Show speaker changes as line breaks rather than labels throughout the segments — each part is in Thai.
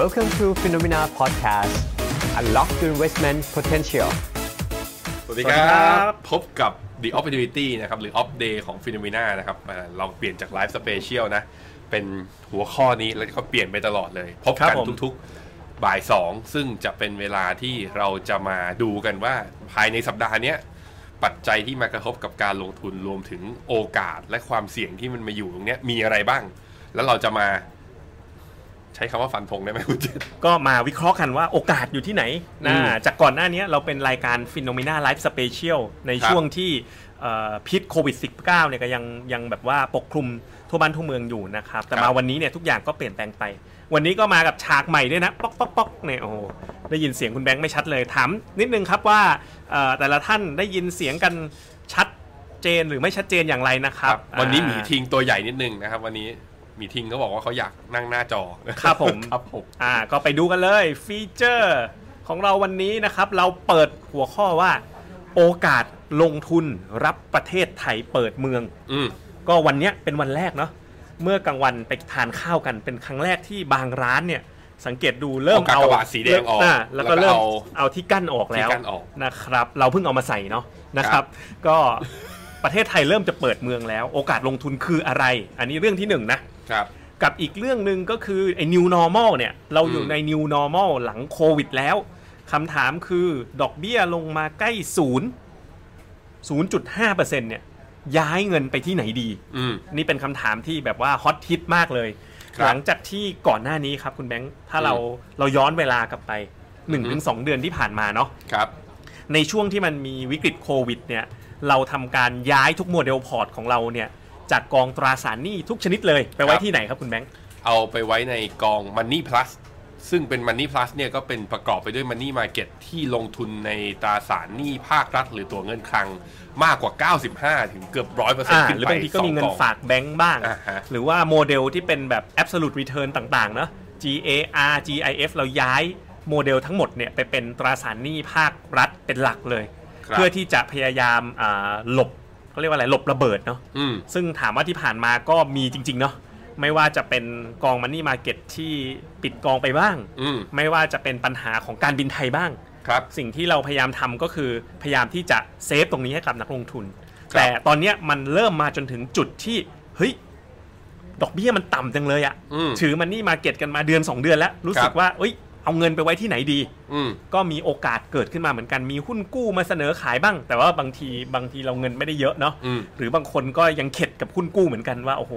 Welcome to Phenomena Podcast Unlock your investment potential
สวัสดีครับ
บ
พบกับ The Opportunity นะครับ หรือ Off Day ของ p h e n o m e n a นะครับอ่าเราเปลี่ยนจาก Live Special นะ เป็นหัวข้อนี้แล้วก็เปลี่ยนไปตลอดเลย พบ
ครั
กัน
บผม
ทุกๆ บ่าย 2 ซึ่งจะเป็นเวลาที่เราจะมาดูกันว่าภายในสัปดาห์เนี้ย ปัจจัยที่มากระทบกับการลงทุนรวมถึงโอกาสและความเสี่ยงที่มันมาอยู่ตรงเนี้ยมีอะไรบ้าง แล้วเราจะมาใช้คำว่าฟันธงได้ไหมคุณเจษ
ก็มาวิเคราะห์กันว่าโอกาสอยู่ที่ไหนนะ
อืม
จากก่อนหน้านี้เราเป็นรายการฟิโนเมนาไลฟ์สเปเชียลใน
ครับ
ช่วงที่เอ่อพิษโควิด -19 เนี่ยก็ยังยังแบบว่าปกคลุมทั่วบ้านทั่วเมืองอยู่นะครับ
ค
แต่
รับ
มาวันนี้เนี่ยทุกอย่างก็เปลี่ยนแปลงไป วันนี้ก็มากับฉากใหม่ด้วยนะป๊อกป๊อกป๊อกเนี่ยโอ้โหได้ยินเสียงคุณแบงค์ไม่ชัดเลยถามนิดนึงครับว่าเอ่อแต่ละท่านได้ยินเสียงกันชัดเจนหรือไม่ชัดเจนอย่างไรนะครับ
วันนี้หมี
อ่า
ทิงตัวใหญ่นิดนึงนะครับ วันนี้หมีทิงเขาบอกว่าเขาอยากนั่งหน้าจอ
ครับผม
ครับผม
อ่าก็ไปดูกันเลยฟีเจอร์ของเราวันนี้นะครับ เราเปิดหัวข้อว่า โอกาสลงทุนรับประเทศไทยเปิดเมือง
อืม
ก็วันเนี้ยเป็นวันแรกเนาะเมื่อกลางวันไปทานข้าวกันเป็นครั้งแรกที่บางร้านเนี่ย สังเกตดูเริ่ม
เอากากบาทสีแดงออก
าแล้วก็
แล้วก็
เริ่ม
เอา
เอาที่กั้นออกแล้ว
ที่กั้นออก
นะครับ เราเพิ่งเอามาใส่เนาะนะค
ครั
รับ
บ
ก็ประเทศไทยเริ่มจะเปิดเมืองแล้ว โอกาสลงทุนคืออะไร อันนี้เรื่องที่หนึ่งนะ
ครับ
กับอีกเรื่องหนึ่งก็คือไอ้ new normal เนี่ย เราอยู่
อืม
ใน new normal หลังโควิดแล้วคำถามคือดอกเบี้ยลงมาใกล้ศูนย์ศูนย์จุดห้าเปอร์เซ็นเนี่ย ย้ายเงินไปที่ไหนดี
อืม
นี่เป็นคำถามที่แบบว่าฮอตฮิตมากเลย
ครับ
หลังจากที่ก่อนหน้านี้ครับคุณแบงค์ ถ้าเราเราย้อนเวลากลับไปหนึ่ง
อือฮึ
ถึงสองเดือนที่ผ่านมาเนาะ
ครับ
ในช่วงที่มันมีวิกฤตโควิดเนี่ย เราทำการย้ายทุกโมเดลพอร์ตของเราเนี่ย จากกองตราสารหนี้ทุกชนิดเลย ไปไว้
ครับ
ที่ไหนครับคุณแบงค์
เอาไปไว้ในกอง Money Plus ซึ่งเป็น Money Plus เนี่ยก็เป็นประกอบไปด้วย Money Market ที่ลงทุนในตราสารหนี้ภาครัฐ หรือตัวเงินคลังมากกว่า 95 ถึงเกือบ
อ่า
100%ขึ้นไป
หรือบางทีก็
สอ
มีเงิน
อง
ฝากแบงก์บ้าง
อ่าฮะ
หรือว่าโมเดลที่เป็นแบบ absolute return ต่างๆเนอะ GAR GIF เราย้ายโมเดลทั้งหมดเนี่ยไปเป็นตราสารหนี้ภาครัฐเป็นหลักเลย
ครับ
เพื่อที่จะพยายามอ่าหลบเขาเรียกว่าอะไรหลบระเบิดเนาะ
อืม
ซึ่งถามว่าที่ผ่านมาก็มีจริง ๆ เนาะไม่ว่าจะเป็นกองมันนี่มาเก็ตที่ปิดกองไปบ้าง
อืม
ไม่ว่าจะเป็นปัญหาของการบินไทยบ้าง
ครับ
สิ่งที่เราพยายามทำก็คือพยายามที่จะเซฟตรงนี้ให้กับนักลงทุน
ครับ
แต่ตอนเนี้ยมันเริ่มมาจนถึงจุดที่เฮ้ยดอกเบี้ยมันต่ำจังเลยอะ
อืม
ถือมันนี่มาเก็ตกันมาเดือน 2 เดือนแล้ว รู้สึ
ค
ก
รับ
ว่าเอ้ยเอาเงินไปไว้ที่ไหนดี
อืม
ก็มีโอกาสเกิดขึ้นมาเหมือนกันมีหุ้นกู้มาเสนอขายบ้าง แต่ว่าบางทีบางทีเราเงินไม่ได้เยอะเนาะ
อืม
หรือบางคนก็ยังเข็ดกับหุ้นกู้เหมือนกันว่าโอ้โห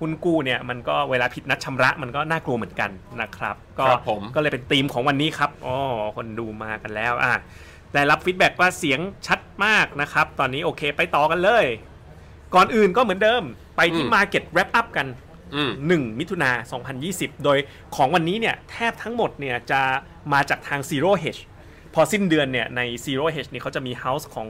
หุ้นกู้เนี่ยมันก็เวลาผิดนัดชำระมันก็น่ากลัวเหมือนกันนะครับ ก็
ครับผม
ก็เลยเป็นธีมของวันนี้ครับอ๋อคนดูมากันแล้วอ่ะได้รับฟีดแบ็กว่าเสียงชัดมากนะครับ ตอนนี้โอเคไปต่อกันเลย ก่อนอื่นก็เหมือนเดิม ไปที่
อืม
Market Wrap Up กัน
อืม
1 มิถุนา 2020 โดยของวันนี้เนี่ยแทบทั้งหมดเนี่ยจะมาจากทาง Zero Hedge พอสิ้นเดือนเนี่ยใน Zero Hedge นี่เขาจะมี House ของ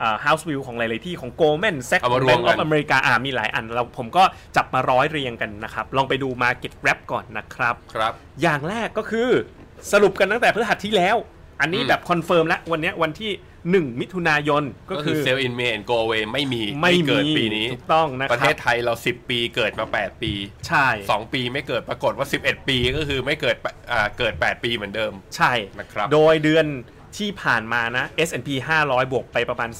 อ่า House View ของหลาย ๆ ที่ของ Goldman Sachs
เอามารวม
Bank
กั
of
น
America อ่ามีหลายอันเราผมก็จับมาร้อยเรียงกันนะครับ ลองไปดู Market Wrap ก่อนนะครับ
ครับ
อย่างแรกก็คือสรุปกันตั้งแต่พฤหัสที่แล้ว อันนี้
อืม
แบบคอนเฟิร์มแล้ววันเนี้ยวันที่ 1 มิถุนายนก็
ก็คื
คือ อ
Sell in May and Go away ไม่มี
ไม่
เกิด
มี
ปีนี้
ถูกต้องนะค
ป
รั
ระเทศไทยเรา 10 ปีเกิดมา 8 ปี
ใช่
สองปีไม่เกิดปรากฏว่า 11 ปีก็คือไม่เกิดแปดอ่าเกิด 8 ปีเหมือนเดิม
ใช่
นะครับ
โดยเดือนที่ผ่านมานะ S&P 500 บวกไปประมาณ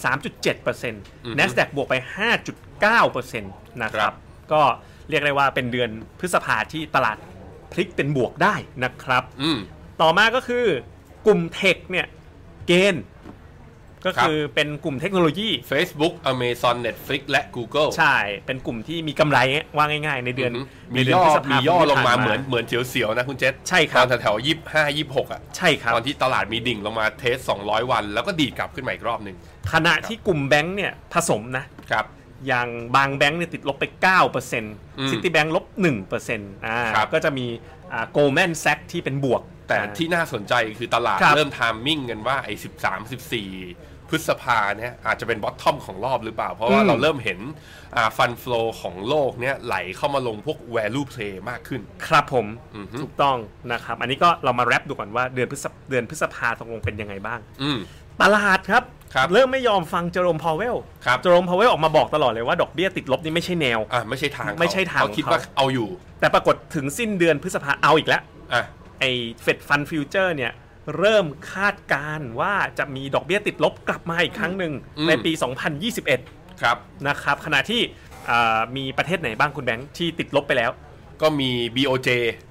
3.7% NASDAQ บวกไป 5.9%นะครับ ก็เรียกได้ว่าเป็นเดือนพฤษภาที่ตลาดพลิกเป็นบวกได้นะครับ
อืม
ต่อมาก็คือกลุ่มเทคเนี่ย เกณฑ์ ก็คือเป็นกลุ่มเทคโนโลยี
Facebook Amazon Netflix และ Google
ใช่ เป็นกลุ่มที่มีกำไรว่าง่าย ๆ ในเดือน
หื
ใน
มี
เดืน
ย่อ
พฤษภ
มี
คที่
ย่อลงมา
ผ่
เหมือนเหมือนเสียวๆนะคุณเจษ
ใช่ครับ
ตอนแถวๆยี่ห้ายี่หกอ่ะ
ใช่ครับ
ตอนที่ตลาดมีดิ่งลงมาเทส 200 วัน แล้วก็ดีดกลับขึ้นมาอีกรอบหนึ่ง
ขณะที่กลุ่มแบงค์เนี่ยผสมนะ
ครับ
อย่างบางแบงค์เนี่ยติดลบไป 9%ซิตี้แบงค์ลบ1%อ่า
ครับ
ก็จะมีโกลแมนแซกที่เป็นบวก
แต่ที่น่าสนใจคือตลาด
ครับ
เริ่มไทามมิ่งกันว่าไอ้13 14 พฤษภาเนี่ยอาจจะเป็นบอททอมของรอบหรือเปล่า เพราะว่าเราเริ่มเห็นฟันฟลูของโลกเนี่ยไหลเข้ามาลงพวก value play มากขึ้น
ครับผม
อือฮึ
ถูกต้องนะครับ อันนี้ก็เรามาแรปดูก่อนว่าเดือนพฤษภเดือนพฤษภาตกลงเป็นยังไงบ้าง
อืม
ตลาดครับ
ครับ
เริ่มไม่ยอมฟังเจอโรมพาวเวล
ครับ
เจอโรมพาวเวลออกมาบอกตลอดเลยว่าดอกเบี้ยติดลบนี่ไม่ใช่แนว
อ่ะไม่ใช่ทางเข
ไม่ใช่ทาง
เขาคิด
เขา
ว่าเอาอยู่
แต่ปรากฏถึงสิ้นเดือนพฤษภาเอาอีกแล้ว
อ่ะ
ไอ้เฟดฟันฟิวเจอร์เนี่ย เริ่มคาดการณ์ว่าจะมีดอกเบี้ยติดลบกลับมาอีกครั้งหนึ่ง
อืม
ในปี 2021
ครับ
นะครับขณะที่อ่ามีประเทศไหนบ้างคุณแบงค์ที่ติดลบไปแล้ว
ก็มี BOJ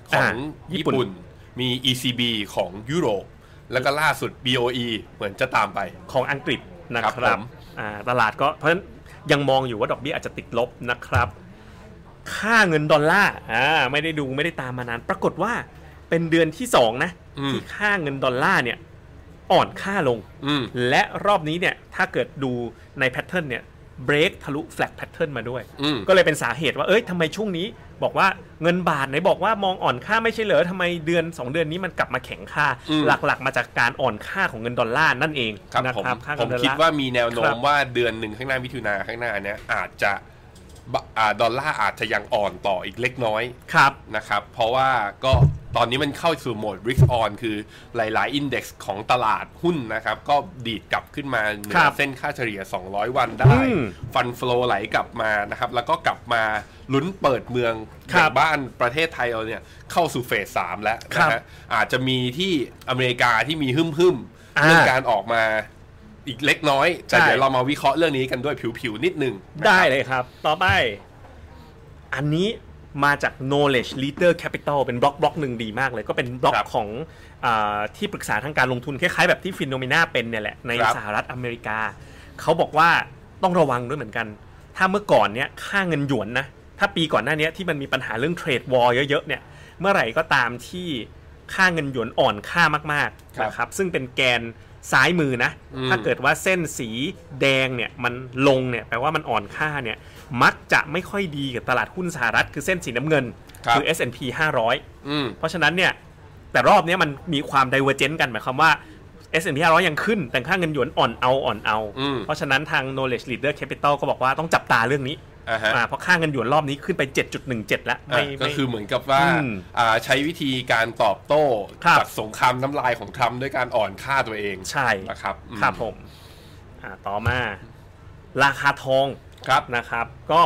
ของ
อ่าญี่
ญี่
ปุ่น
ปุ่น มี ECB ของยุโรป แล้วก็ล่าสุด BOE เหมือนจะตามไป
ของอังกฤษนะ
ค
ค
รั
รั
ผ
บบ
ม
อ่าตลาดก็เพราะฉะนั้นยังมองอยู่ว่าดอกเบี้ยอาจจะติดลบนะครับ ค่าเงินดอลลาร์อ่าไม่ได้ดูไม่ได้ตามมานาน ปรากฏว่าเป็นเดือนที่สองนะที่ค่าเงินดอลลาร์เนี่ยอ่อนค่าลง
อืม
และรอบนี้เนี่ยถ้าเกิดดูในแพทเทิร์นเนี่ยเบรกทะลุแฟลกแพทเทิร์นมาด้วย
อืม
ก็เลยเป็นสาเหตุว่าเอ้ยทำไมช่วงนี้ บอกว่าเงินบาทไหนบอกว่ามองอ่อนค่าไม่ใช่เหรอทำไมเดือน 2 เดือนนี้มันกลับมาแข็งค่า หลักๆ มาจากการอ่อนค่าของเงินดอลลาร์นั่นเอง
ครับ
นะ
ผม
ค่า
ผ
เงิ
ม
นดอล
คิด
ลาร์
ว่ามีแนวโน้
ครั
ม
บ
ว่าเดือนหนึ่งข้างหน้ามิถุนาข้างหน้าเนี้ยอาจจะบะอ่าดอลลาร์อาจจะยังอ่อนต่ออีกเล็กน้อย
ครับ
นะครับ เพราะว่าก็ตอนนี้มันเข้าสู่โหมด risk on คือหลาย ๆ อินเด็กซ์ของตลาดหุ้นนะครับ ก็ดีดกลับขึ้นมาเหนื
ครั
อบ เส้นค่าเฉลี่ย 200 วันได้
อืม
ฟันฟลอไหลกลับมานะครับ แล้วก็กลับมาลุ้นเปิดเมือง
ครั
อ
บ
ย่างบ้านประเทศไทยเราเนี่ยเข้าสู่เฟสสามแล้ว
ครั
นะ
บ
ฮะอาจจะมีที่อเมริกาที่มีฮึ่มๆ
อ่า
เรื่องการออกมา อีกเล็กน้อยแต่
ใช่
เดี๋ยวเรามาวิเคราะห์เรื่องนี้กันด้วยผิวๆนิดนึงนะครับ
ได้เลยครับ ต่อไป อันนี้มาจาก knowledge leader capital เป็นบล็อกบล็อกหนึ่งดีมากเลย ก็เป็นบล็อกของอาที่ปรึกษาทางการลงทุนคล้ายๆ แบบที่ฟินโนเมนาเป็นเนี่ยแหละ ในสหรัฐอเมริกา เขาบอกว่าต้องระวังด้วยเหมือนกัน ถ้าเมื่อก่อนเนี่ยค่าเงินหยวนนะ ถ้าปีก่อนหน้าเนี้ยที่มันมีปัญหาเรื่องเทรดวอลเยอะๆเนี่ย เมื่อไหร่ก็ตามที่ค่าเงินหยวนอ่อนค่ามากๆนะครับ ซึ่งเป็นแกนซ้ายมือนะ ถ้าเกิดว่าเส้นสีแดงเนี่ยมันลงเนี่ยแปลว่ามันอ่อนค่าเนี่ยมักจะไม่ค่อยดีกับตลาดหุ้นสหรัฐ คือเส้นสีน้ำเงิน คือ S&P 500
อืม
เพราะฉะนั้นเนี่ยแต่รอบเนี้ยมันมีความไดเวอร์เจนต์กันหมายความว่า S&P 500 ยังขึ้น แต่ค่าเงินหยวนอ่อนเอาอ่อนเอา
อืม
เพราะฉะนั้นทาง Knowledge Leader Capital ก็บอกว่าต้องจับตาเรื่องนี้
อ่าฮะ
อ่าเพราะค่าเงินหยวนรอบนี้ขึ้นไป 7.17 แล้ว
อ่ะ
ไม่
ก็
ไม่
คือเหมือนกับว่า
อืม
อ่าใช้วิธีการตอบโต้
ครับ
จากสงครามน้ำลายของทรัมป์ด้วยการอ่อนค่าตัวเอง
ใช่
นะครับอืม
ครับผมอ่าต่อมา ราคาทอง
ครับ
นะครับก็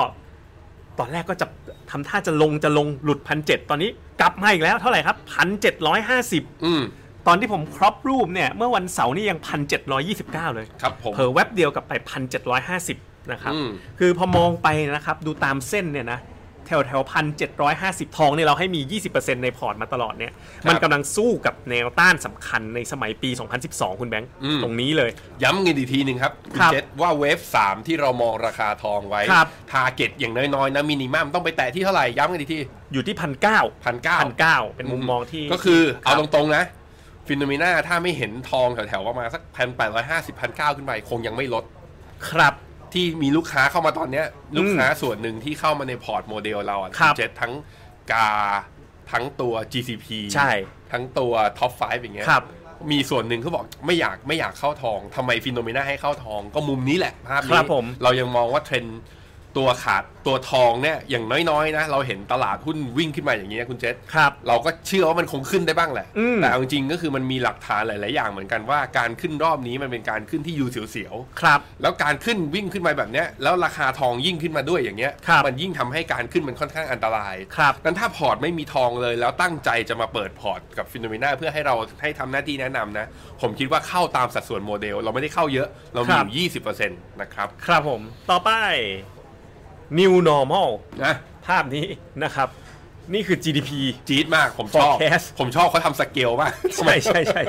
ตอนแรกก็จะทำท่าจะลงจะลงหลุดพันเตอนนี้กลับมาอีกแล้วเท่าไหร่ครับพันเจ็ดร้อยห้าสิบ
อืม
ตอนที่ผมครอบรูปเนี่ยเมื่อวันเสาร์นี่ยังพันเจ็ดร้อยี่สิบเก้าเลย
ครับผม
เผลอแว็บเดียวกลับไปพันเจ็ดร้อยห้าสิบนะครับ
อืม
คือพอมองไปนะครับดูตามเส้นเนี่ยนะแถวแถวพันเจ็ดร้อยห้าสิบทองเนี่ยเราให้มี 20%ในพอร์ตมาตลอดเนี่ยมันกำลังสู้กับแนวต้านสำคัญในสมัยปี 2012 คุณแบงค์ตรงนี้เลย
ย้ำกันอีกทีหนึ่งครับคุณ
ครับ
เจษว่าเวฟ3ที่เรามองราคาทองไว้
ครับ
ทาร์เก็ตอย่างน้อยๆนะมินิมัมต้องไปแตะที่เท่าไหร่ ย้ำกันอีกที
อยู่ที่พันเก้า
พันเก้า
พันเก้าเป็นมุมมองที่
ก็คือเอา
ครั
ต
บ
รงๆนะ ฟินโนเมนาถ้าไม่เห็นทองแถวๆประมาณสักพันแปดร้อยห้าสิบพันเก้าขึ้นไป คงยังไม่ลด
ครับ
ที่มีลูกค้าเข้ามาตอนเนี้ยลูก
อืม
ค้าส่วนหนึ่งที่เข้ามาในพอร์ตโมเดลเราอะ
ครับ
เจ็ดทั้งกาทั้งตัว GCP
ใช่
ทั้งตัว Top 5 อย่างเงี้ย
ครับ
มีส่วนหนึ่งเขาบอกไม่อยากไม่อยากเข้าทองทำไมฟินโนเมนาให้เข้าทองก็มุมนี้แหละภาพ
ครั
นี้
บผม
เรายังมองว่าเทรนด์ตัวขาดตัวทองเนี่ยอย่างน้อยๆนะเราเห็นตลาดหุ้นวิ่งขึ้นมาอย่างเงี้ยคุณเจษ
ครับ
เราก็เชื่อว่ามันคงขึ้นได้บ้างแหละ
อืม
แต่เอาจริงๆก็คือมันมีหลักฐานหลาย ๆ อย่างเหมือนกันว่าการขึ้นรอบนี้มันเป็นการขึ้นที่ยูเสียว
ครับ
ๆ แล้วการขึ้นวิ่งขึ้นไปแบบเนี้ยแล้วราคาทองยิ่งขึ้นมาด้วยอย่างเงี้ย
ครับ
มันยิ่งทำให้การขึ้นมันค่อนข้างอันตราย
ครับ
นั้นถ้าพอร์ตไม่มีทองเลยแล้วตั้งใจจะมาเปิดพอร์ตกับฟินโนเมนาเพื่อให้เราให้ทำหน้าที่แนะนำนะ ผมคิดว่าเข้าตามสัดส่วนโมเดล เราไม่ได้เข้าเยอะ เรามีอ
ครั
ยู่
บ
ยี่สิบเปอร์เซ็นต์นะครับ
ครับผม ต่อไป new normal
นะ
ภาพนี้นะครับ นี่คือ GDP
จี๊ดมากผมชอบ
Forecast
ผมชอบเขาทำสเกลมาก
ใช่ใช่ใช่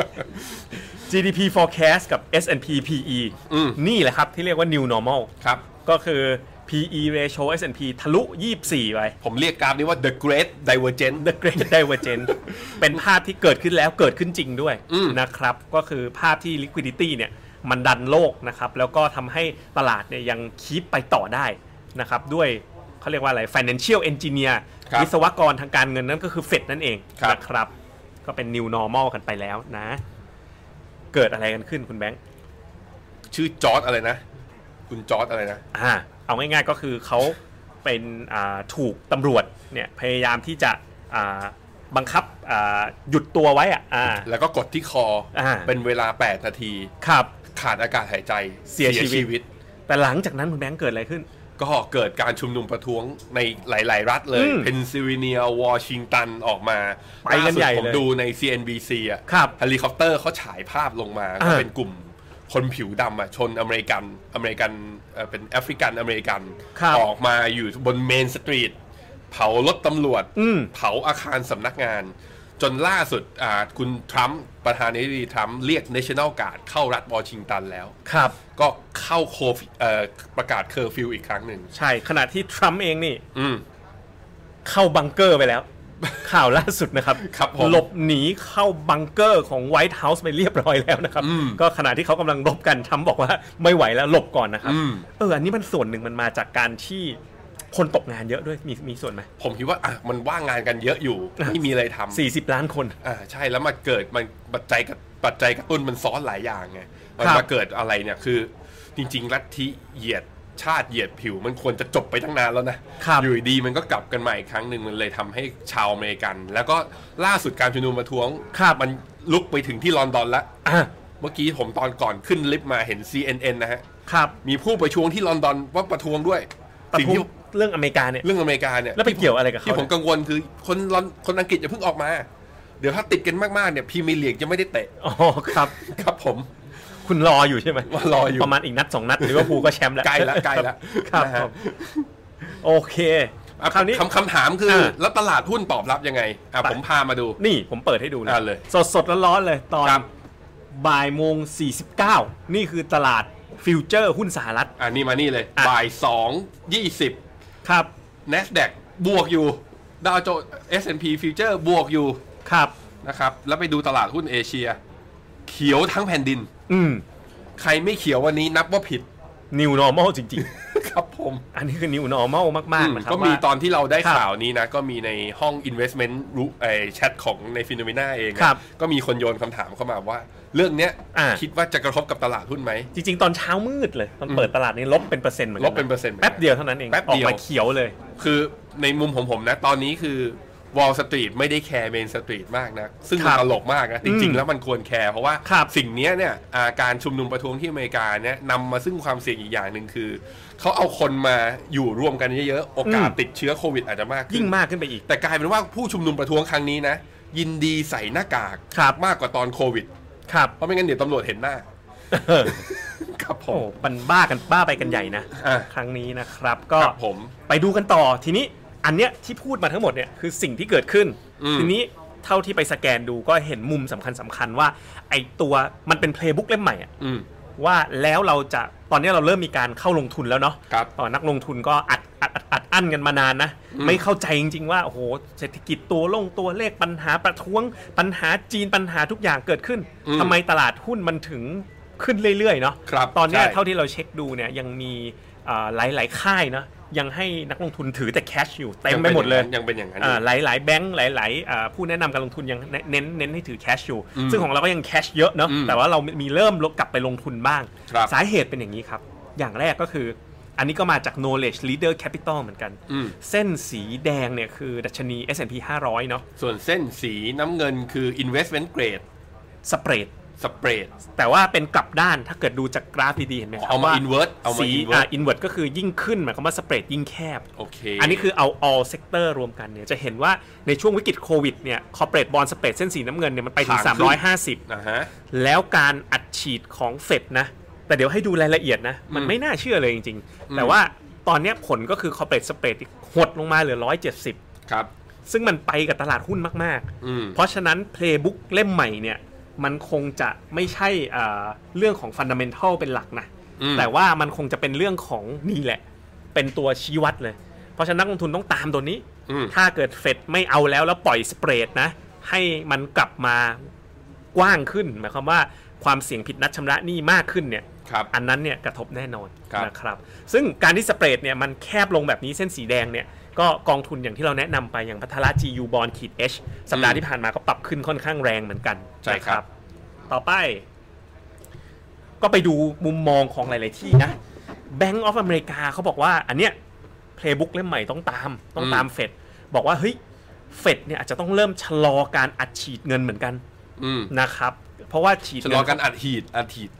GDP forecast กับ S&P PE
อืม
นี่แหละครับที่เรียกว่า new normal
ครับ
ก็คือ PE ratio S&P ทะลุ 24 ไป
ผมเรียกกราฟนี้ว่า the great divergence
The Great Divergence เป็นภาพที่เกิดขึ้นแล้วเกิดขึ้นจริงด้วย
อืม
นะครับ ก็คือภาพที่ liquidity เนี่ยมันดันโลกนะครับ แล้วก็ทำให้ตลาดเนี่ยยังคีปไปต่อได้นะครับ ด้วยเขาเรียกว่าอะไร financial engineer
ครับ
วิศวกรทางการเงินนั่นก็คือเฟดนั่นเอง
ครับ
นะครับ ก็เป็น new normal กันไปแล้วนะ เกิดอะไรกันขึ้นคุณแบงค์
ชื่อจอร์ดอะไรนะ คุณจอร์ดอะไรนะ
อ่าเอาง่ายๆก็คือเขาเป็นอ่าถูกตำรวจเนี่ยพยายามที่จะอ่าบังคับอ่าหยุดตัวไว้อะอ่า
แล้วก็กดที่คออา เป็นเวลา 8 นาที
ครับ
ขาดอากาศหายใจ
เสียชีวิต แต่หลังจากนั้นคุณแบงค์เกิดอะไรขึ้น
ก็เกิดการชุมนุมประท้วงในหลาย ๆ รัฐเลย
อืม
เพนซิลเวเนียวอชิงตันออกมา
ไปกันใหญ่
ล่าสุดผม
เลย
ดูใน CNBC อ่ะ
ครับ
เฮลิคอปเตอร์เขาฉายภาพลงมา
อ่า
ก็เป็นกลุ่มคนผิวดำอ่ะชนอเมริกันอเมริกันเอ่อเป็นแอฟริกันอเมริกัน
ครับ
ออกมาอยู่บนเมนสตรีทเผารถตำรวจ
อืม
เผาอาคารสำนักงาน จนล่าสุดอ่าคุณทรัมป์ประธานาธิบดีทรัมป์เรียก National Guard เข้ารัฐวอชิงตันแล้ว
ครับ
ก็เข้าโควิดเอ่อประกาศเคอร์ฟิวอีกครั้งหนึ่ง
ใช่ขณะที่ทรัมป์เองนี่
อืม
เข้าบังเกอร์ไป แล้ว ข่าวล่าสุดนะครับ
ครับผม
หลบหนีเข้าบังเกอร์ของไวท์เฮาส์ไปเรียบร้อยแล้วนะครับ
อืม
ก็ขณะที่เขากำลังรบกันทรัมป์บอกว่าไม่ไหวแล้วหลบก่อนนะครับ
อืม
เอออันนี้มันส่วนหนึ่งมันมาจากการที่คนตกงานเยอะด้วยมีมีส่วนไหม
ผมคิดว่าอ่ะมันว่างงานกันเยอะ อยู่
อ่ะ
ไม่มีอะไรทำ
สี่สิบล้านคน
อ่าใช่แล้วมาเกิดมันปัจจัยกับปัจจัยกระตุ้นมันซ้อนหลายอย่างไงมัน
ครับ
มาเกิดอะไรเนี่ยคือ จริง ๆ ลัทธิเหยียดชาติเหยียดผิว มันควรจะจบไปตั้งนานแล้วนะ
ครับ
อยู่ดีๆมันก็กลับกันมาอีกครั้งหนึ่งมันเลยทำให้ชาวอเมริกัน แล้วก็ล่าสุดการชุมนุมประท้วง
ครับ
มันลุกไปถึงที่ลอนดอนละ
อ่ะ
เมื่อกี้ผมตอนก่อนขึ้นลิฟต์มาเห็น CNN นะฮะ
ครับ
มีผู้ประท้วงที่ลอนดอนว่าประท้วงด้วย
ประ
สิ่ง
ท้ว
ที่
งเรื่องอเมริกาเนี่ย
เรื่องอเมริกาเนี่ย
แล้วไป
ที่ผม
เกี่ยวอะไรกับเขา
ที่ผม
เนี่ย
กังวลคือคนลอนคนอังกฤษจะเพิ่งออกมา เดี๋ยวถ้าติดกันมากๆเนี่ยพรีเมียร์ลีกยังไม่ได้เตะ
อ๋อครับ
ครับผม
คุณรออยู่ใช่ไหม
ว่ารออยู่
ประมาณอีกนัดสองนัดหรือว่าพูลก็แชมป์แล้ว
ใกล้ละใกล้ ละ
ครับ
นะฮะ
ผมโอเค
อ่ะ
คราวนี้
คำคำถามคืออา แล้วตลาดหุ้นตอบรับยังไงอ่ะ
ไป
ผมพามาดู
นี่ผมเปิดให้ดูเลย
อ่ะเลย
สดสดๆร้อนๆเลยตอน
ครับ
บ่ายโมง 49 นี่คือตลาดฟิวเจอร์หุ้นสหรัฐ
อ่านี่มานี่เลย
อ่ะ
บ่ายสองยี่สิบ
ครับ
n a s d a q บวกอยู่ดาวโจนส์ S&P Future บวกอยู่
ครับ
นะครับ แล้วไปดูตลาดหุ้นเอเชีย เขียวทั้งแผ่นดิน
อืม
ใครไม่เขียววันนี้นับว่าผิด
new normal จริง
ครับผม
ๆ อันนี้คือ new normal มาก ๆ นะครับ
ก็มี
ว่า
ตอนที่เราได้
ครับ
ข่าวนี้นะ ก็มีในห้อง Investment รู้ไอแชทของในฟิโนเมนาเองอะ
ครับ
ก็มีคนโยนคำถามเข้ามาว่า เรื่องเนี้ย
อ่า
คิดว่าจะกระทบกับตลาดหุ้นไหม
จริง ๆ ตอนเช้ามืดเลย ตอนเปิดตลาดนี้ลบเป็นเปอร์เซ็นต์เหมือนกั
ลบเป็นเปอร์เซ็นต์เหมือนกัน
แป๊บเดียวเท่านั้นเอง
แป๊บ
ออ
เดี
ก
ยว
มาเขียวเลย
คือในมุมของผมนะ ตอนนี้คือ Wall Street ไม่ได้แคร์ Main Street มากนะ ซึ่ง
ค
มั
รั
น
บ
ตลกมากนะ จริง
อืม
ๆ แล้วมันควรแคร์เพราะว่า
ครับ
สิ่งเนี้ยเนี่ยอ่าการชุมนุมประท้วงที่อเมริกาเนี่ยนำมาซึ่งความเสี่ยงอีกอย่างหนึ่งคือ เขาเอาคนมาอยู่ร่วมกันเยอะๆ โอกาส
อืม
ติดเชื้อโควิดอาจจะมากขึ้
ยิ่
น
งมากขึ้นไปอีก
แต่กลายเป็นว่าผู้ชุมนุมประท้วงครั้งนี้นะ ยินดีใส่หน้ากาก
ครับ
มากกว่าตอนโควิด
ครับ
เพราะไม่งั้นเดี๋ยวตำรวจเห็นหน้า ครับผ
โอ้
ม
มันบ้ากันบ้าไปกันใหญ่นะ
อ่ะ
ครั้งนี้นะครับ ก็
ครับผม
ไปดูกันต่อทีนี้อันเนี้ยที่พูดมาทั้งหมดเนี่ยคือสิ่งที่เกิดขึ้น
อืม
ทีนี้เท่าที่ไปสแกนดูก็เห็นมุมสำคัญสำคัญว่า ไอตัวมันเป็นเพลย์บุ๊กเล่มใหม่อะ
อืม
ว่าแล้วเราจะตอนนี้เราเริ่มมีการเข้าลงทุนแล้วเนาะ
ครับ
ตอนนักลงทุนก็อัดอัดอัดอัดอั้นกันมานานนะ
อืม
ไม่เข้าใจจริงๆว่าโอ้โหเศรษฐกิจตัวลงตัวเลขปัญหาประท้วง ปัญหาจีนปัญหาทุกอย่างเกิดขึ้นทำไมตลาดหุ้นมันถึงขึ้นเรื่อยๆเนาะ
ครับ
ตอนเนี้ย
ใช่
เท่าที่เราเช็คดูเนี่ยยังมีหลายหลายๆค่ายเนอะยังให้นักลงทุนถือแต่แคชอยู่เต็มไปหมดเลย
ยังเป็นอย่างนั้น
หลายหลายๆแบงค์หลายหลายๆอ่าผู้แนะนำการลงทุนยังเน้นเน้นให้ถือแคชอยู่
อืม
ซึ่งของเราก็ยังแคชเยอะเนาะ
อืม
แต่ว่าเรามีเริ่มลดกลับไปลงทุนบ้าง
ครับ
สาเหตุเป็นอย่างนี้ครับ อย่างแรกก็คือ อันนี้ก็มาจาก knowledge leader capital เหมือนกัน
อืม
เส้นสีแดงเนี่ยคือดัชนี S&P 500 เนาะ
ส่วนเส้นสีน้ำเงินคือ investment grade
สเปรด
สเปรด
แต่ว่าเป็นกลับด้านถ้าเกิดดูจากกราฟดีๆเห็นไหมครับ
เอามา
ว่า
invert เอามา
สี
invert
อ่าอินเวิร์ก็คือยิ่งขึ้นหมายความว่าสเปรดยิ่งแคบ
โอเค
อันนี้คือเอา all sector รวมกันเนี่ยจะเห็นว่าในช่วงวิกฤตโควิดเนี่ยคอร์เปร b บอลสเปรดเส้นสีน้ำเงินเนี่ยมันไปถึง 350
นะฮะ
แล้วการอัดฉีดของเฟดนะ แต่เดี๋ยวให้ดูรายละเอียดนะ มัน
อืม
ไม่น่าเชื่อเลยจริง
อื
ๆ
ม
แต่ว่าตอนเนี้ยผลก็คือคอร์เปร b สเปรดหดลงมาเหลือ 170
ครับ
ซึ่งมันไปกับตลาดหุ้นมากๆ
อืม
เพราะฉะนั้น Playbook เล่มใหม่เนี่ย มันคงจะไม่ใช่อ่าเรื่องของฟันดัมเมนทัลเป็นหลักนะ
อืม
แต่ว่ามันคงจะเป็นเรื่องของนี่แหละ เป็นตัวชี้วัดเลย เพราะฉะนั้นนักลงทุนต้องตามตัวนี้
อืม
ถ้าเกิดเฟดไม่เอาแล้วแล้วปล่อยสเปรดนะ ให้มันกลับมากว้างขึ้น หมายความว่าความเสี่ยงผิดนัดชำระหนี้มากขึ้นเนี่ย
ครับ
อันนั้นเนี่ยกระทบแน่นอน
ครับ
นะครับ ซึ่งการที่สเปรดเนี่ยมันแคบลงแบบนี้เส้นสีแดงเนี่ยก็กองทุนอย่างที่เราแนะนำไปอย่างพัทละจียูบอลขีดเอชสัปดาห์ที่ผ่านมาก็ปรับขึ้นค่อนข้างแรงเหมือนกัน
ใช่ครับ
นะต่อไป ก็ไปดูมุมมองของหลาย ๆ ที่นะ Bank of America เขาบอกว่าอันเนี้ย playbook เล่มใหม่ต้องตาม ต้องตามเฟดบอกว่าเฮ้ยเฟดเนี่ยอาจจะต้องเริ่มชะลอการอัดฉีดเงินเหมือนกัน
อืม
นะครับ เพราะว่าฉีด
ชะ
เงิน
ลอการอัดหีดอัดหีด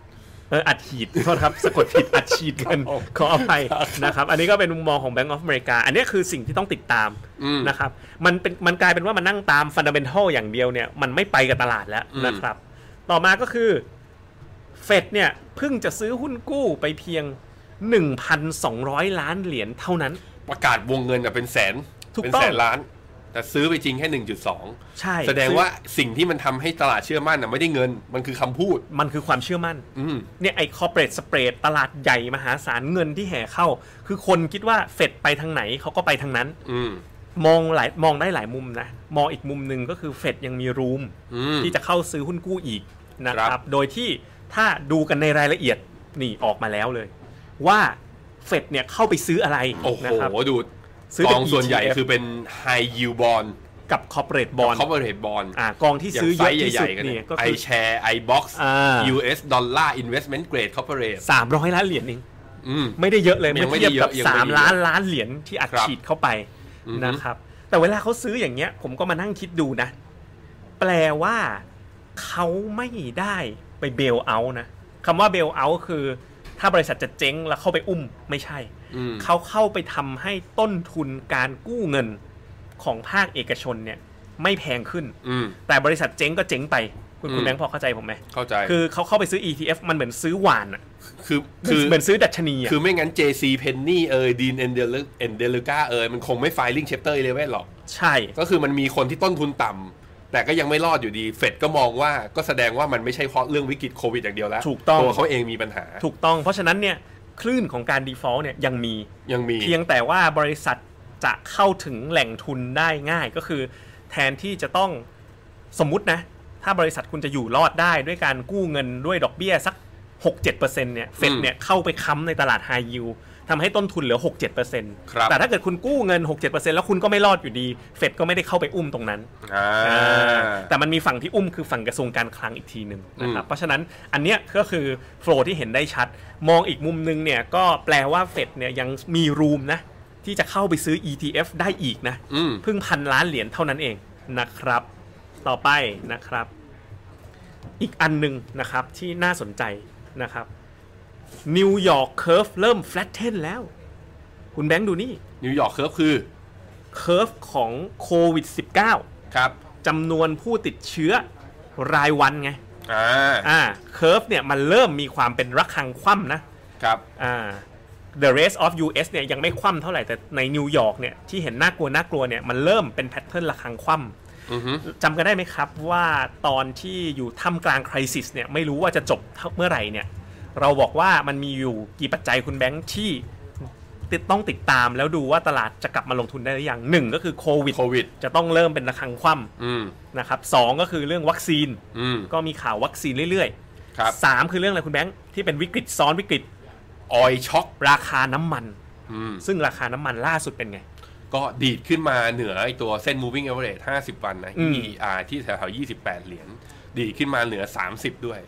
เอออัดฉีดโทษครับสะกดผิดอัดฉีดกันขออภัยนะครับ อันนี้ก็เป็นมุมมองของ Bank of America อันนี้คือสิ่งที่ต้องติดตาม
อืม
นะครับมันเป็นมันกลายเป็นว่ามันนั่งตามฟันดั m เ n นทัลอย่างเดียวเนี่ยมันไม่ไปกับตลาดแล้ว
อืม
นะครับ ต่อมาก็คือเฟดเนี่ยเพิ่งจะซื้อหุ้นกู้ไปเพียง 1,200 ล้านเหรียญเท่านั้น
ประกาศวงเงินอะเป็นแสน
ถูก
เป็น
ต้อง
แสนล้าน แต่ซื้อไปจริงแค่หนึ่งจุดสอง
ใช่
แสดงว่าสิ่งที่มันทำให้ตลาดเชื่อมั่นอะไม่ได้เงินมันคือคำพูด
มันคือความเชื่อมั่น
อืม
เนี่ยไอ้คอร์เปอเรทสเปรดตลาดใหญ่มหาศาลเงินที่แห่เข้า คือคนคิดว่าเฟดไปทางไหนเขาก็ไปทางนั้น
อืม
มองหลายมองได้หลายมุมนะ มองอีกมุมหนึ่งก็คือเฟดยังมีรูม
อืม
ที่จะเข้าซื้อหุ้นกู้อีกนะค
ครั
รับ
บ
โดยที่ถ้าดูกันในรายละเอียดนี่ออกมาแล้วเลย ว่าเฟดเนี่ยเข้าไปซื้ออะไร
โอ้โห
นะครั
ดู
ซื้อก เป็น
องส่วน
ETF
ใหญ่คือเป็น high yield bond
กับคอร์เปอเรทบอล
corporate bond
อ่ากองที่
อย่าง
ซื้อ
ไซ
เยอะ
ส์
ที่
ให
สุ
ญ่
ด
ๆกัน
เนี่
เนี่ย ย
ก็คือ
i share i box
อ่า
US dollar investment grade corporate
สามร้อยล้านเหรียญเอง
อืม
ไม่ได้เยอะเลย
ยั
เมื่อง
ไม่
เทียบกับ
ได้เยอะ
สา
ยั
ม
งไม่ได้เยอะ
ล้านล้านเหรียญที่อัด
ครับ
ฉีดเข้าไป
อือฮึ
นะครับ แต่เวลาเขาซื้ออย่างเงี้ย ผมก็มานั่งคิดดูนะ แปลว่าเขาไม่ได้ไปเบลเอาท์นะคำว่าเบลเอาท์คือ ถ้าบริษัทจะเจ๊งแล้วเข้าไปอุ้มไม่ใช่
อืม
เขาเข้าไปทำให้ต้นทุนการกู้เงินของภาคเอกชนเนี่ยไม่แพงขึ้น
อืม
แต่บริษัทเจ๊งก็เจ๊งไป คุณคุ
อื
ณ
ม
แบงค์พอเข้าใจผมไหม
เข้าใจ
คือเขาเข้าไปซื้อ ETF มันเหมือนซื้อหวานอะ
คือคือ
เหมือนซื้อดัชนีอะ
คือไม่งั้น JC Penny เอยดีนเอนเดลเอนเดลกาเอยมันคงไม่ filing chapter 11หรอก
ใช่
ก็คือมันมีคนที่ต้นทุนต่ำแต่ก็ยังไม่รอดอยู่ดี เฟดก็มองว่าก็แสดงว่ามันไม่ใช่เพราะเรื่องวิกฤตโควิดอย่างเดียวแล้ว
ถูกต้อง
ตัวเขาเองมีปัญหา
ถูกต้องเพราะฉะนั้นเนี่ยคลื่นของการ default เนี่ยยังมี
ยังมี
เพียงแต่ว่าบริษัทจะเข้าถึงแหล่งทุนได้ง่ายก็คือ แทนที่จะต้องสมมุตินะ ถ้าบริษัทคุณจะอยู่รอดได้ด้วยการกู้เงินด้วยดอกเบี้ยสัก 6-7%เนี่ยเฟด
อืม
เนี่ยเข้าไปค้ำในตลาด High Yield ทำให้ต้นทุนเหลือ 6-7%
ครับ
แต่ถ้าเกิดคุณกู้เงิน 6-7%แล้วคุณก็ไม่รอดอยู่ดี เฟดก็ไม่ได้เข้าไปอุ้มตรงนั้น
อ่า
แต่มันมีฝั่งที่อุ้มคือฝั่งกระทรวงการคลังอีกทีหนึ่งนะครับ
อืม
เพราะฉะนั้นอันเนี้ยก็คือโฟลที่เห็นได้ชัด มองอีกมุมนึงเนี่ยก็แปลว่าเฟดเนี่ยยังมีรูมนะ ที่จะเข้าไปซื้อ ETF ได้อีกนะ
อืม
เพิ่งพันล้านเหรียญเท่านั้นเองนะครับ ต่อไปนะครับ อีกอันหนึ่งนะครับที่น่าสนใจนะครับนิวยอร์กเคิร์ฟเริ่ม flatten แล้ว คุณแบงค์ดูนี่
นิวยอร์กเคิร์ฟคือ
เคิร์ฟของโควิด -19
ครับ
จำนวนผู้ติดเชื้อรายวันไง
อ่า
อ่า เคอร์ฟเนี่ยมันเริ่มมีความเป็นระคังคว่ำนะ
ครับ
อ่า The rest of US เนี่ยยังไม่คว่ำเท่าไหร่ แต่ในนิวยอร์กเนี่ยที่เห็นน่ากลัวน่ากลัวเนี่ยมันเริ่มเป็นแพทเทิร์นระคังคว่
อือฮึ
ำจำกันได้ไหมครับว่าตอนที่อยู่ท่ามกลางคริสิสเนี่ยไม่รู้ว่าจะจบเมื่อไหร่เนี่ย เราบอกว่ามันมีอยู่กี่ปัจจัยคุณแบงค์ที่ติดต้องติดตามแล้วดูว่าตลาดจะกลับมาลงทุนได้หรือยังหนึ่งก็คือโควิด
โควิด
จะต้องเริ่มเป็นระคังคว่ำ
อืม
นะครับสองก็คือเรื่องวัคซีน
อืม
ก็มีข่าววัคซีนเรื่อย
ครับ
สามคือเรื่องอะไรคุณแบงค์ที่เป็นวิกฤตซ้อนวิกฤต
ออยช็อก
ราคาน้ำมัน
อืม
ซึ่งราคาน้ำมันล่าสุดเป็นไง
ก็ดีดขึ้นมาเหนือไอตัวเส้น moving average 50 วันนะ
อืม
ER ที่แถวๆ28 เหรียญดีดขึ้นมาเหนือ 30 ด้วย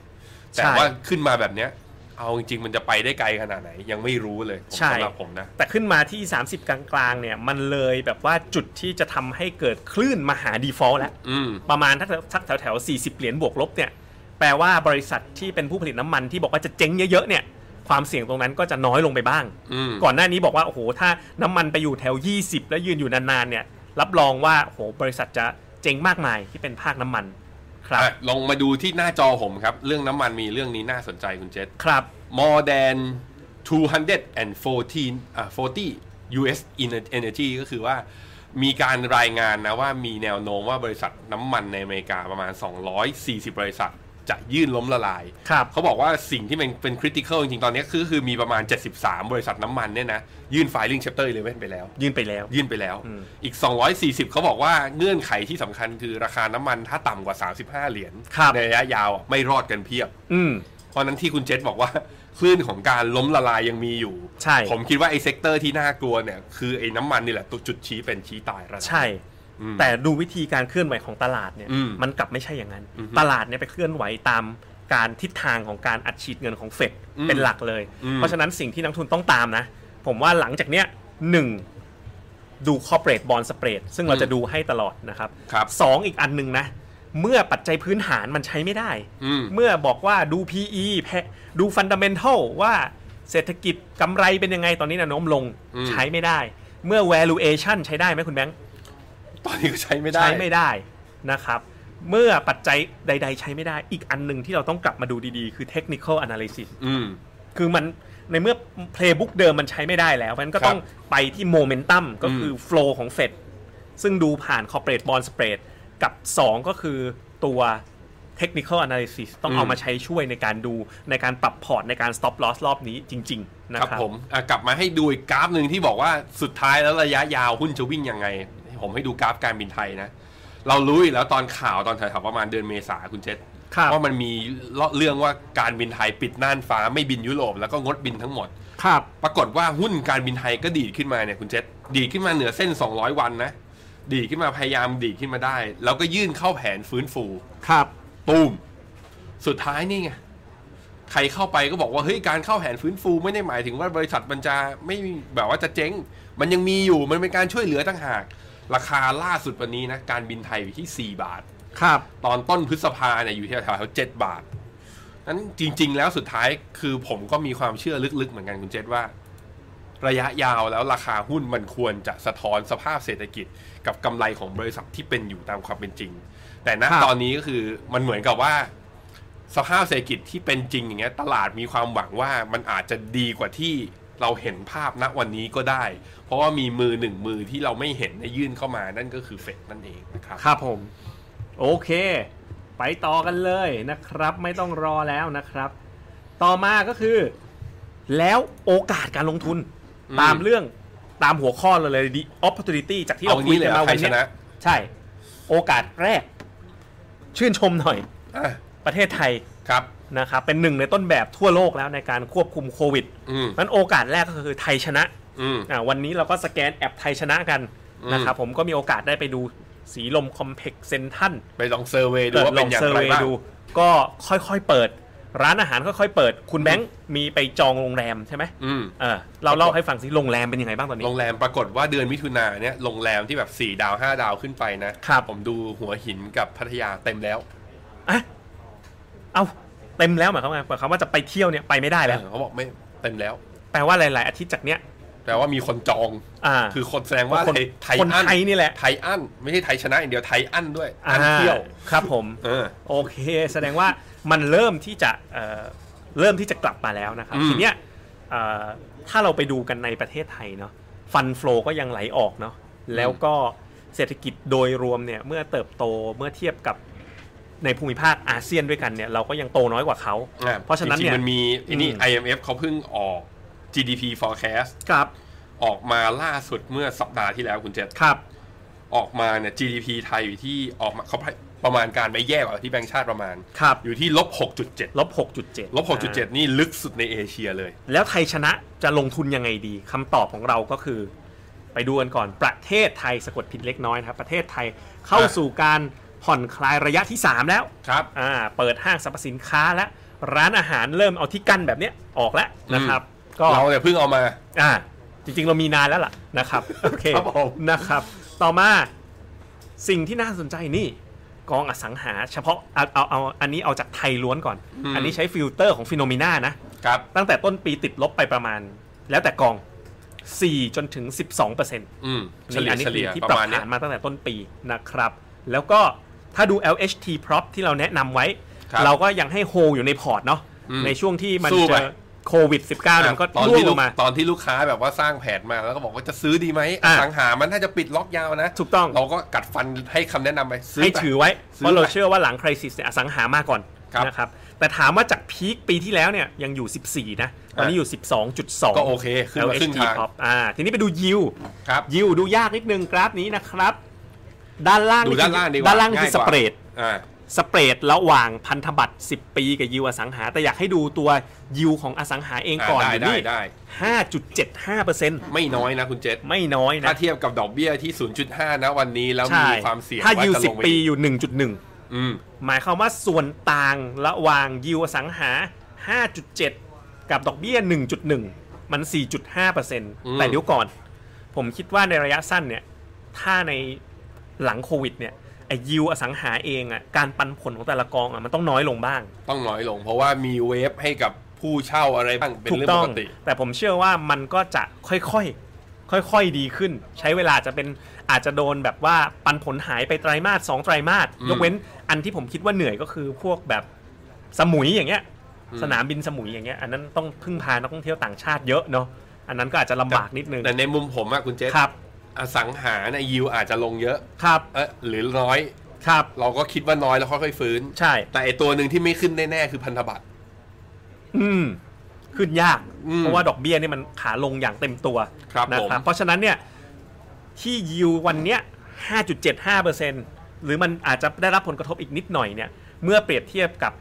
ใช่
แต่ว่าขึ้นมาแบบเนี้ย เอาจริงๆ มันจะไปได้ไกลขนาดไหน ยังไม่รู้เลยผม
ใช่
สำหรับผมนะ
แต่ขึ้นมาที่ 30 กลางๆเนี่ยมันเลยแบบว่าจุดที่จะทำให้เกิดคลื่นมหาดีฟอลต์แล้ว
อืม
ประมาณทักทักแถวแถวๆ40 เหรียญบวกลบเนี่ยแปลว่าบริษัทที่เป็นผู้ผลิตน้ำมันที่บอกว่าจะเจ๊งเยอะๆเนี่ยความเสี่ยงตรงนั้นก็จะน้อยลงไปบ้าง
อืม
ก่อนหน้านี้บอกว่า โอ้โห ถ้าน้ำมันไปอยู่แถว 20 แล้วยืนอยู่นานๆ เนี่ย รับรองว่า โอ้โห บริษัทจะเจ๊งมากมายที่เป็นภาคน้ำมัน ครับ
อ่ะลองมาดูที่หน้าจอผมครับ เรื่องน้ำมันมีเรื่องนี้น่าสนใจคุณเจษ
ครับ
more than 214อ่ะ40 US in- energy ก็คือว่ามีการรายงานนะว่ามีแนวโน้มว่าบริษัทน้ำมันในอเมริกาประมาณ 240 บริษัท จะยื่นล้มละลาย
ครับ
เขาบอกว่าสิ่งที่มันเป็นคริติคอลจริงๆ ตอนนี้คือคือมีประมาณ 73 บริษัทน้ำมันเนี่ยนะ ยื่น filing chapter 11 ไปแล้ว
ยืนไปแล้ว
ยื่นไปแล้ว
อืม
อีก 240 เขาบอกว่าเงื่อนไขที่สำคัญคือราคาน้ำมันถ้าต่ำกว่า 35 เหรียญ
ครับ
ในระยะยาวอ่ะไม่รอดกันเพียบ
อืม
เพราะฉะนั้นที่คุณเจษบอกว่า คลื่นของการล้มละลายยังมีอยู่
ใช่
ผมคิดว่าไอ้เซกเตอร์ที่น่ากลัวเนี่ย คือไอ้น้ำมันนี่แหละตัวจุดชี้เป็นชี้ตายระดับ
ใช่
อืม
แต่ดูวิธีการเคลื่อนไหวของตลาดเนี่ย
อืม
มันกลับไม่ใช่อย่างนั้น
อือฮึ
ตลาดเนี่ยไปเคลื่อนไหวตามการทิศทางของการอัดฉีดเงินของเฟด
อืม
เป็นหลักเลย
อืม
เพราะฉะนั้นสิ่งที่นักทุนต้องตามนะ ผมว่าหลังจากเนี้ยหนึ่งดู corporate bond spread ซึ่งเราจะดูให้ตลอดนะครับ
ครับ
สองอีกอันหนึ่งนะ เมื่อปัจจัยพื้นฐานมันใช้ไม่ได้
อืม
เมื่อบอกว่าดู PE แพะดูฟันดัมเบนทัลว่าเศรษฐกิจกำไรเป็นยังไงตอนนี้แนะโน้มลง
อืม
ใช้ไม่ได้ เมื่อ valuation ใช้ได้ไหมคุณแบงค์
ตอนนี้ก็ใช้ไม่ได้
ใช้ไม่ได้นะครับ เมื่อปัจจัยใด ๆ ใช้ไม่ได้ อีกอันหนึ่งที่เราต้องกลับมาดูดีๆ คือ technical analysis
อืม
คือมันในเมื่อ playbook เดิมมันใช้ไม่ได้แล้วมัน
ค
ก็
รับ
ต้องไปที่ momentum ก็
อืม
คือ flow ของเฟดซึ่งดูผ่าน corporate bond spread กับ 2 ก็คือตัว technical analysis ต้องเอามาใช้ช่วยในการดูในการปรับพอร์ตในการ stop loss รอบนี้จริง ๆ นะ
ค
ค
รั
รั
บบ ผมอ่ะกลับมาให้ดูอีกกราฟหนึ่งที่บอกว่าสุดท้ายแล้วระยะยาวหุ้นจะวิ่งยังไง ผมให้ดูกราฟการบินไทยนะ เรารู้อยู่แล้วตอนข่าวตอนแถวๆประมาณเดือนเมษาคุณเจษ
ครับ
ว่ามันมีเรื่องว่าการบินไทยปิดน่านฟ้าไม่บินยุโรปแล้วก็งดบินทั้งหมด
ครับ
ปรากฏว่าหุ้นการบินไทยก็ดีดขึ้นมาเนี่ยคุณเจษดีดขึ้นมาเหนือเส้น 200 วันนะ ดีดขึ้นมาพยายามดีดขึ้นมาได้ แล้วก็ยื่นเข้าแผนฟื้นฟู
ครับ
ตูมสุดท้ายนี่ไง ใครเข้าไปก็บอกว่าเฮ้ยการเข้าแผนฟื้นฟูไม่ได้หมายถึงว่าบริษัทมันจะไม่แบบว่าจะเจ๊ง มันยังมีอยู่มันเป็นการช่วยเหลือต่างหาก ราคาล่าสุดวันนี้นะ การบินไทยอยู่ที่ 4 บาท
ครับ
ตอนต้นพฤษภาเนี่ยอยู่ที่แถวๆเจ็ดบาท นั้นจริง ๆ แล้วสุดท้ายคือผมก็มีความเชื่อลึกๆ เหมือนกันคุณเจษว่า ระยะยาวแล้วราคาหุ้นมันควรจะสะท้อนสภาพเศรษฐกิจกับกำไรของบริษัทที่เป็นอยู่ตามความเป็นจริง แต่ณ
ครับ
ตอนนี้ก็คือมันเหมือนกับว่า สภาพเศรษฐกิจที่เป็นจริงอย่างเงี้ยตลาดมีความหวังว่ามันอาจจะดีกว่าที่เราเห็นภาพณวันนี้ก็ได้ เพราะว่ามีมือหนึ่งมือที่เราไม่เห็นได้ยื่นเข้ามานั่นก็คือเฟดนั่นเองนะครับ
ครับผม โอเค ไปต่อกันเลยนะครับ ไม่ต้องรอแล้วนะครับ ต่อมาก็คือ แล้วโอกาสการลงทุน
อืม
ตามเรื่องตามหัวข้อเราเลยดี opportunity จากที่
เอาอ
เรา
ย่าง
คุย
นี้เล
กั
ย
นมา
นะใค
วั
รช
นเนี้ย
นะ
ใช่ โอกาสแรก ชื่นชมหน่อย
อ่ะ
ประเทศไทย
ครับ
นะครับ เป็นหนึ่งในต้นแบบทั่วโลกแล้วในการควบคุมโควิด
อืม
นั้นโอกาสแรกก็คือไทยชนะ
อืม
อ่าวันนี้เราก็สแกนแอปไทยชนะกัน
อืม
นะครับผมก็มีโอกาสได้ไปดูสีลมคอมเพล็กซ์เซนทัน
ไปลองเซอร์เวย์ดู
เปิด
ว่า
ล
เป็
อน ง
อย่าง
เซอร์
ไร
เวย์
บ้าง
ดู ก็ค่อยๆเปิด ร้านอาหารค่อยๆเปิด คุณแบงค์มีไปจองโรงแรมใช่ไหม
อืม
เออเราเล่าให้ฟังสิโรงแรมเป็นยังไงบ้างตอนนี้
โรงแรมปรากฏว่าเดือนมิถุนาเนี่ยโรงแรมที่แบบ 4 ดาว 5 ดาวขึ้นไปนะครับ ผมดูหัวหินกับพัทยาเต็มแล้ว
อ่ะเอาเต็มแล้วหมายความว่าหมายความว่าจะไปเที่ยวเนี่ยไปไม่ได้แล้ว
เออเขาบอกไม่เต็มแล้ว
แปลว่าหลายๆอาทิตย์จากเนี้ย
แปลว่ามีคนจอง
อ่า
คือคนแสดงว่า
คน
ไทยไทย
คน
อั้น
ไทยนี่แหละ
ไทยอั้นไม่ใช่ไทยชนะอย่างเดียวไทยอั้นด้วย
อ่า
อั้นเที่ยว
ครับผม
เออ
โอเค แสดงว่ามันเริ่มที่จะเอ่อเริ่มที่จะกลับมาแล้วนะครับ
อืม
ทีเนี้ยเอ่อถ้าเราไปดูกันในประเทศไทยเนาะฟันฟลอก็ยังไหลออกเนาะแล้วก็เศรษฐกิจโดยรวมเนี่ยเมื่อเติบโตเมื่อเทียบกับในภูมิภาคอาเซียนด้วยกันเนี่ยเราก็ยังโตน้อยกว่าเขา
อ่
เพราะฉะนั้น
จ
เนี่
ง
ย
ๆมันมีไอ้นี่
อืม
IMF เขาเพิ่งออก GDP forecast
ครับ
ออกมาล่าสุดเมื่อสัปดาห์ที่แล้วคุณเจษ
ครับ
ออกมาเนี่ย GDP ไทยอยู่ที่ออกมาเขาประมาณการไม่แย่กว่าที่แบงก์ชาติประมาณ
ครับ
อยู่ที่ลบ 6.7
ลบ6.7
ลบ 6.7 นี่ลึกสุดในเอเชียเลย
แล้วไทยชนะจะลงทุนยังไงดีคำตอบของเราก็คือ ไปดูกันก่อนประเทศไทยสะกดผิดเล็กน้อยนะครับ ประเทศไทยเข้า
อ่ะ
สู่การผ่อนคลายระยะที่ 3 แล้ว
ครับ
อ่าเปิดห้างสรรพสินค้าและร้านอาหารเริ่มเอาที่กั้นแบบเนี้ยออกแล้วนะครับ ก็
เราเนี่ยเพิ่งเอามา
อ่าจริงๆเรามีนานแล้วล่ะนะครับ โอเค
ครับผม
นะครับ ต่อมาสิ่งที่น่าสนใจนี่ กองอสังหา เฉพาะเอาเอาเอาอันนี้เอาจากไทยล้วนก่อน อันนี้ใช้ฟิลเตอร์ของฟิโนม e นานะ
ครับ
ตั้งแต่ต้นปีติดลบไปประมาณ แล้วแต่กอง 4 จนถึง 12%เปอร์เซ็นต์
อืมเฉ
นี่
ลี่ย
อันนี้
เฉลี่ย
คือที่
ป
ปรั
ระมา
บ
ณเนี้
ฐาย นมาตั้งแต่ต้นปีนะครับ แล้วก็ถ้าดู LHT prop ที่เราแนะนำไว้
ครับ
เราก็ยังให้โฮอยู่ในพอร์ตเนาะ
อืม
ในช่วงที่มัน
สู้
เจ
ไป
อโควิด -19 เนี่ยมันก็
ตอน
ร่วง
ที่
ล
ลูก
งมา
ตอนที่ลูกค้าแบบว่าสร้างแผนมาแล้วก็บอกว่าจะซื้อดีไหม
อ่ะ
อสังหามันน่าจะปิดล็อกยาวนะ
ถูกต้อง
เราก็กัดฟันให้คำแนะนำไปซื้อ
ให้
ไป
ถือไว้
ซื้อ
เพราะเราเชื่อว่าหลังคริสิสเนี่ยอสังหามาก่อน
ครับ
นะครับแต่ถามว่าจากพีคปีที่แล้วเนี่ยยังอยู่ 14 นะตอนนี้อยู่ 12.2
ก็โอเคขึ้นมาครึ่ง
LHT
ทาง
prop อ่าทีนี้ไปดูยิว
ครับ
ยิวดูยากนิดนึงกราฟนี้นะครับ ด้านล่าง
ดูด้านล่างดีกว่า
ด้านล่างคือสเปรด
อ่า
สเปรดระหว่างพันธบัตร 10 ปีกับยิวอสังหา แต่อยากให้ดูตัวยิวของอสังหาเองก่อน
อ่า
อยู่
ได้
นี่
ได้
ห้าจุดเจ็ดห้าเปอร์เซ็นต์
ไม่น้อยนะคุณเจษ
ไม่น้อย
ถ้า
นะ
เทียบกับดอกเบี้ยที่ 0.5 นะวันนี้แล้ว
ใช่
มีความเสี่ยง
ถ้า
ว่า
ยิว
จะ
สิ
ล
บ
ง
ปี
อีก
อยู่หนึ่งจุดหนึ่ง
อืม
หมายความว่าส่วนต่างระหว่างยิวอสังหา 5.7 กับดอกเบี้ย 1.1 มัน 4.5เปอร์เซ็นต์
ม
แต่เดี๋ยวก่อน ผมคิดว่าในระยะสั้นเนี่ย ถ้าในหลังโควิดเนี่ย ไอ้ยิวอสังหาเองอ่ะการปันผลของแต่ละกองอ่ะมันต้องน้อยลงบ้าง
ต้องน้อยลง เพราะว่ามีเวฟให้กับผู้เช่าอะไรบ้างเป็น
ถูก
เรื่อง
ต้อ
ป
ง
กติ
แต่ผมเชื่อว่ามันก็จะค่อยๆ ค่อยๆ ดีขึ้น ใช้เวลาจะเป็นอาจจะโดนแบบว่าปันผลหายไปไตรามาสสองไตรามาส
อืม
ยกเว้นอันที่ผมคิดว่าเหนื่อยก็คือพวกแบบสมุยอย่างเงี้ย
อืม
สนามบินสมุยอย่างเงี้ยอันนั้นต้องพึ่งพานักท่องเที่ยวต่างชาติเยอะเนาะอันนั้นก็อาจจะลำบากนิดนึง
แต่ในมุมผมอะคุณเจษ
ครับ
อสังหาในยิวอาจจะลงเยอะ
ครับ
เออหรือน้อย
ครับ
เราก็คิดว่าน้อยแล้วค่อยๆฟื้น
ใช่
แต่ไอตัวหนึ่งที่ไม่ขึ้นแน่ๆคือพันธบัตร
อืม ขึ้นยาก
อืม
เพราะว่าดอกเบี้ยเนี่ยมันขาลงอย่างเต็มตัว
ครับ
นะ
ผม
เพราะฉะนั้นเนี่ย ที่ยิววันเนี้ย 5.75เปอร์เซ็นหรือมันอาจจะได้รับผลกระทบอีกนิดหน่อยเนี่ย เมื่อเปรียบเทียบกับ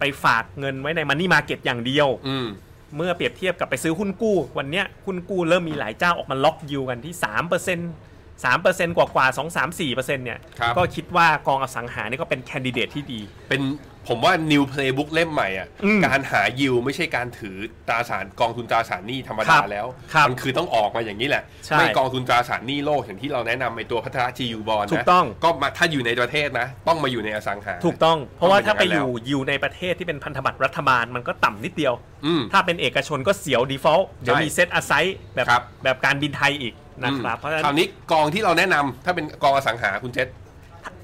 ไปฝากเงินไว้ในมันนี่มาเก็ตอย่างเดียว
อืม
เมื่อเปรียบเทียบกับไปซื้อหุ้นกู้ วันเนี้ยหุ้นกู้เริ่มมีหลายเจ้าออกมาล็อกยิวกันที่3เปอร์เซ็น3เปอร์เซ็นกว่ากว่า2 3 4เปอร์เซ็นเนี่ย
ครับ
ก็คิดว่ากองอสังหานี่ก็เป็นแคนดิเดตที่ดี
เป็นผมว่า new playbook เล่มใหม่อ่ะ
อืม
การหายิวไม่ใช่การถือตราสารกองทุนตราสารหนี้ธรรม
ครั
ดา
บ
แล้ว
ครับ
มันคือต้องออกมาอย่างนี้แหละ
ใช่
ไม่กองทุนตราสารหนี้โลกอย่างที่เราแนะนำในตัวพัฒนาจียูบอลนะ
ถูกต้อง
ก็มาถ้าอยู่ในประเทศนะ ต้องมาอยู่ในอสังหา
ถูกต้อง เพราะว่าถ้าไป
เป็นอ
อยู่ ยู่
แล้ว
อยู่ในประเทศที่เป็นพันธบัตรรัฐบาลมันก็ต่ำนิดเดียว
อืม
ถ้าเป็นเอกชนก็เสียว default เดี๋ยวมีเซตอาไซแบบ
ครับ
แบบการบินไทยอีกนะครับ เพราะฉะ
คราว
นั้น
นี้กองที่เราแนะนำถ้าเป็นกองอสังหาคุณเจษ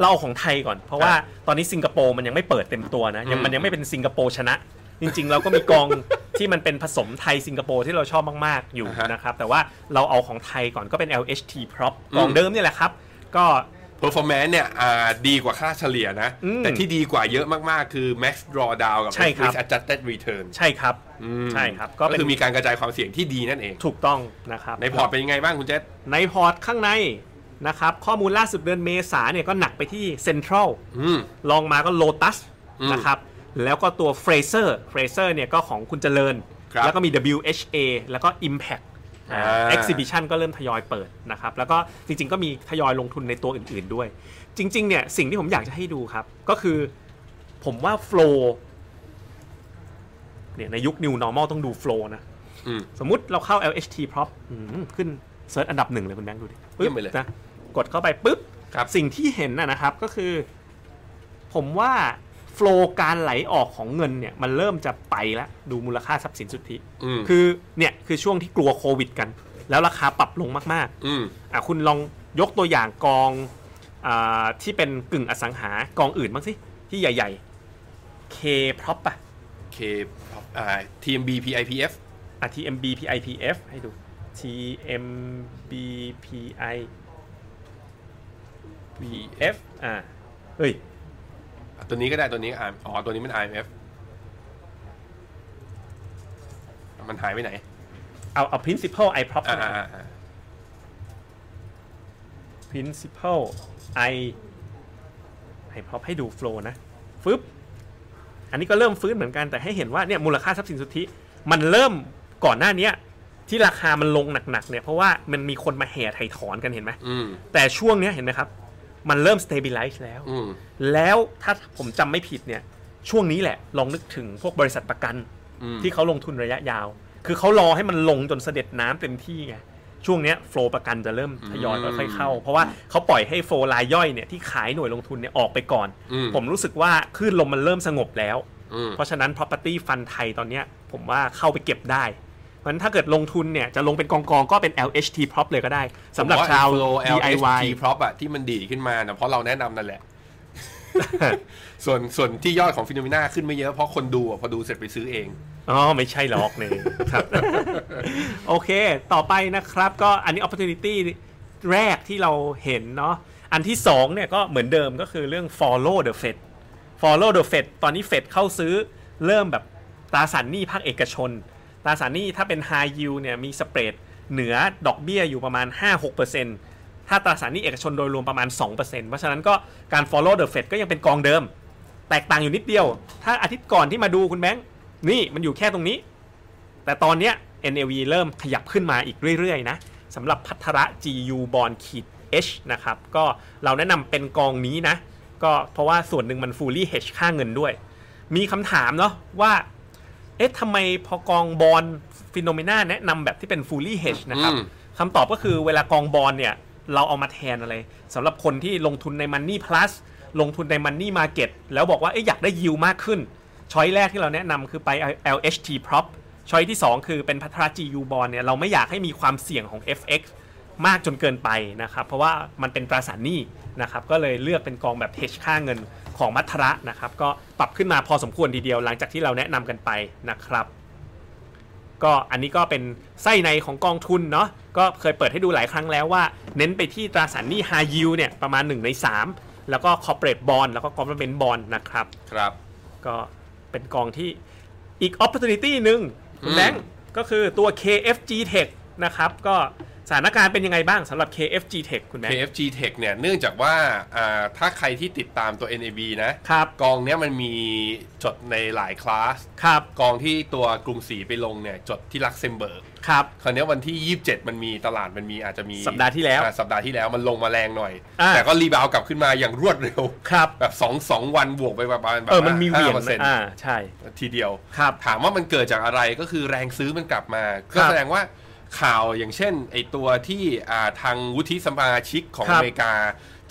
เราเอาของไทยก่อน เพราะว่าตอนนี้สิงคโปร์มันยังไม่เปิดเต็มตัวนะยัง
อืม
มันยังไม่เป็นสิงคโปร์ชนะ จริงๆ เราก็มีกอง ที่มันเป็นผสมไทยสิงคโปร์ที่เราชอบมากๆอยู่นะครับ แต่ว่าเราเอาของไทยก่อนก็เป็น LHT prop กองเดิมเนี่ยแหละครับ ก็
performance เนี่ยอ่าดีกว่าค่าเฉลี่ยนะ
อืม
แต่ที่ดีกว่าเยอะมากๆ คือ max drawdown กับ
ใช่ครับ
risk adjusted return
ใช่ครับ
อืม
ใช่ครับก็
ก็
เป็น
คือมีการกระจายความเสี่ยงที่ดีนั่นเอง
ถูกต้องนะครับ
ในพอร์ตเป็นยังไงบ้างคุณเจษ
ในพอร์ตข้างในนะครับข้อมูลล่าสุดเดือนเมษาเนี่ยก็หนักไปที่เซ็นทรัล
อืม
ลองมาก็โลตัส
อืม
นะครับแล้วก็ตัวเฟรเซอร์เฟรเซอร์เนี่ยก็ของคุณเจริญ
ครับ
แล้วก็มี WHA แล้วก็ Impact อ่า
อ่า
Exhibition ก็เริ่มทยอยเปิดนะครับแล้วก็จริงๆ ก็มีทยอยลงทุนในตัวอื่นๆด้วย จริงๆเนี่ยสิ่งที่ผมอยากจะให้ดูครับ ก็คือผมว่าโฟลเนี่ยในยุค New Normal ต้องดูโฟลนะ
อืม
สมมติเราเข้า LHT prop อืมขึ้นเซิร์ชอันดับหนึ่งเลยคุณแบงค์ดูดิ
เยี่ยมไปเลย
นะกดเข้าไปปุ๊บ
ครับ
สิ่งที่เห็นนะนะครับก็คือ ผมว่าโฟล์การไหลออกของเงินเนี่ย มันเริ่มจะไปแล้ว ดูมูลค่าทรัพย์สินสุทธิ
อืม
คือเนี่ยคือช่วงที่กลัวโควิดกัน แล้วราคาปรับลงมาก
อืม
ๆ อ่ะคุณลองยกตัวอย่างกองอาที่เป็นกึ่งอสังหากองอื่นบ้างสิ ที่ใหญ่ ๆ K prop อะ
K อ่า TMB PIPF
อ่ะ TMB PIPF ให้ดู TMB PIF
PF
อ่ะเฮ้ย
ตัวนี้ก็ได้ตัวนี้อ่าอ๋อ ตัวนี้มัน IMF มันหายไปไหน
เอาเอา principal I prop
อ่าอ่าอ่า
principal I I prop ให้ดู flow นะฟึบอันนี้ก็เริ่มฟื้นเหมือนกันแต่ให้เห็นว่าเนี่ยมูลค่าทรัพย์สินสุทธิมันเริ่มก่อนหน้าเนี้ยที่ราคามันลงหนักๆเนี่ยเพราะว่ามันมีคนมาแห่ไถ่ถอนกันเห็นไหม
อืม
แต่ช่วงเนี้ยเห็นไหมครับ มันเริ่ม stabilize แล้ว
อืม
แล้วถ้าผมจำไม่ผิดเนี่ย ช่วงนี้แหละ ลองนึกถึงพวกบริษัทประกัน
อืม
ที่เขาลงทุนระยะยาว คือเขารอให้มันลงจนเสด็จน้ำเต็มที่ไงช่วงเนี้โฟลประกันจะเริ่มทยอยค่อยๆเข้า เพราะว่าเขาปล่อยให้โฟลรายย่อยเนี่ยที่ขายหน่วยลงทุนเนี่ยออกไปก่อน
อืม
ผมรู้สึกว่าคลื่นลมมันเริ่มสงบแล้ว
อืม
เพราะฉะนั้น property fund ไทยตอนเนี้ยผมว่าเข้าไปเก็บได้เพราะฉะนั้นถ้าเกิดลงทุนเนี่ยจะลงเป็นกองกองๆก็เป็น LHT prop เลยก็ได้สำหรับชาว
ผมไอ้ flow
DIY
LHT prop อะที่มันดีขึ้นมานะเพราะเราแนะนำนั่นแหละ ส่วนส่วนที่ยอดของฟิโนเมนาขึ้นไม่เยอะเพราะคนดูอะพอดูเสร็จไปซื้อเอง
อ๋อ ไม่ใช่หรอกเนี่ยครับ โอเค ต่อไปนะครับก็อันนี้ opportunity แรกที่เราเห็นเนาะอันที่สองเนี่ยก็เหมือนเดิมก็คือเรื่อง follow the Fed follow the Fed ตอนนี้ Fed เข้าซื้อเริ่มแบบตราสารหนี้ภาคเอกชน ตราสารหนี้ถ้าเป็น high yield เนี่ยมีสเปรดเหนือดอกเบี้ยอยู่ประมาณ 5-6%ถ้าตราสารหนี้เอกชนโดยรวมประมาณ 2%เพราะฉะนั้นก็การ follow the Fed ก็ยังเป็นกองเดิม แตกต่างอยู่นิดเดียว ถ้าอาทิตย์ก่อนที่มาดูคุณแบงค์ นี่มันอยู่แค่ตรงนี้ แต่ตอนเนี้ย NAV เริ่มขยับขึ้นมาอีกเรื่อย ๆ นะสำหรับพัทระ GU Bond ขีด H นะครับ ก็เราแนะนำเป็นกองนี้นะ ก็เพราะว่าส่วนหนึ่งมัน fully hedge ค่าเงินด้วย มีคำถามเนาะว่า เอ๊ะทำไมพอกองบอลฟิโนเมนาแนะนำแบบที่เป็น fully hedge นะครับ
อืม
คำตอบก็คือเวลากองบอลเนี่ย เราเอามาแทนอะไรสำหรับคนที่ลงทุนใน Money Plus ลงทุนใน Money Market แล้วบอกว่าเอ้ยอยากได้ยิวมากขึ้น ช้อยแรกที่เราแนะนำคือไป LHT Prop ช้อยที่ 2 คือเป็นพัทรา GU Bond เนี่ยเราไม่อยากให้มีความเสี่ยงของ FX มากจนเกินไปนะครับ เพราะว่ามันเป็นตราสารหนี้นะครับ ก็เลยเลือกเป็นกองแบบ hedge ค่าเงินของมัทระนะครับ ก็ปรับขึ้นมาพอสมควรทีเดียวหลังจากที่เราแนะนำกันไปนะครับ ก็อันนี้ก็เป็นไส้ในของกองทุนเนาะก็เคยเปิดให้ดูหลายครั้งแล้วว่า เน้นไปที่ตราสารหนี้ high yield เนี่ยประมาณ 1 ใน 3 แล้วก็ corporate bond แล้วก็ government bond นะครับ
ครับ
ก็เป็นกองที่อีก opportunity หนึ่งคุ
อื
ณ
ม
แบงก์ก็คือตัว KFG Tech นะครับ ก็สถานการณ์เป็นยังไงบ้างสำหรับ KFG Tech คุณแบงค์
KFG Tech เนี่ยเนื่องจากว่าอ่าถ้าใครที่ติดตามตัว NAB นะ
ครับ
กองเนี้ยมันมีจดในหลายคลาส
ครับ
กองที่ตัวกรุงศรีไปลงเนี่ยจดที่ลักเซมเบิร์ก
ครับ
คราวเนี้ยวันที่ 27 มันมีตลาดมันมีอาจจะมี
สัปดาห์ที่แล้ว
อ่สัปดาห์ที่แล้วมันลงมาแรงหน่อย
อ่า
แต่ก็รีบาวด์กลับขึ้นมาอย่างรวดเร็ว
ครับ
แบบ2อสองวันบวกไปประมาณแบบ
เออ มันมีเหวี่ยง
5%
อ่า ใช่
ทีเดียว
ครับ
ถามว่ามันเกิดจากอะไรก็คือแรงซื้อมันกลับมา
ครับ
ก็แสดงว่าข่าวอย่างเช่นไอตัวที่อ่าทางวุฒิสมาชิกของ
ครั
อบ เมริกา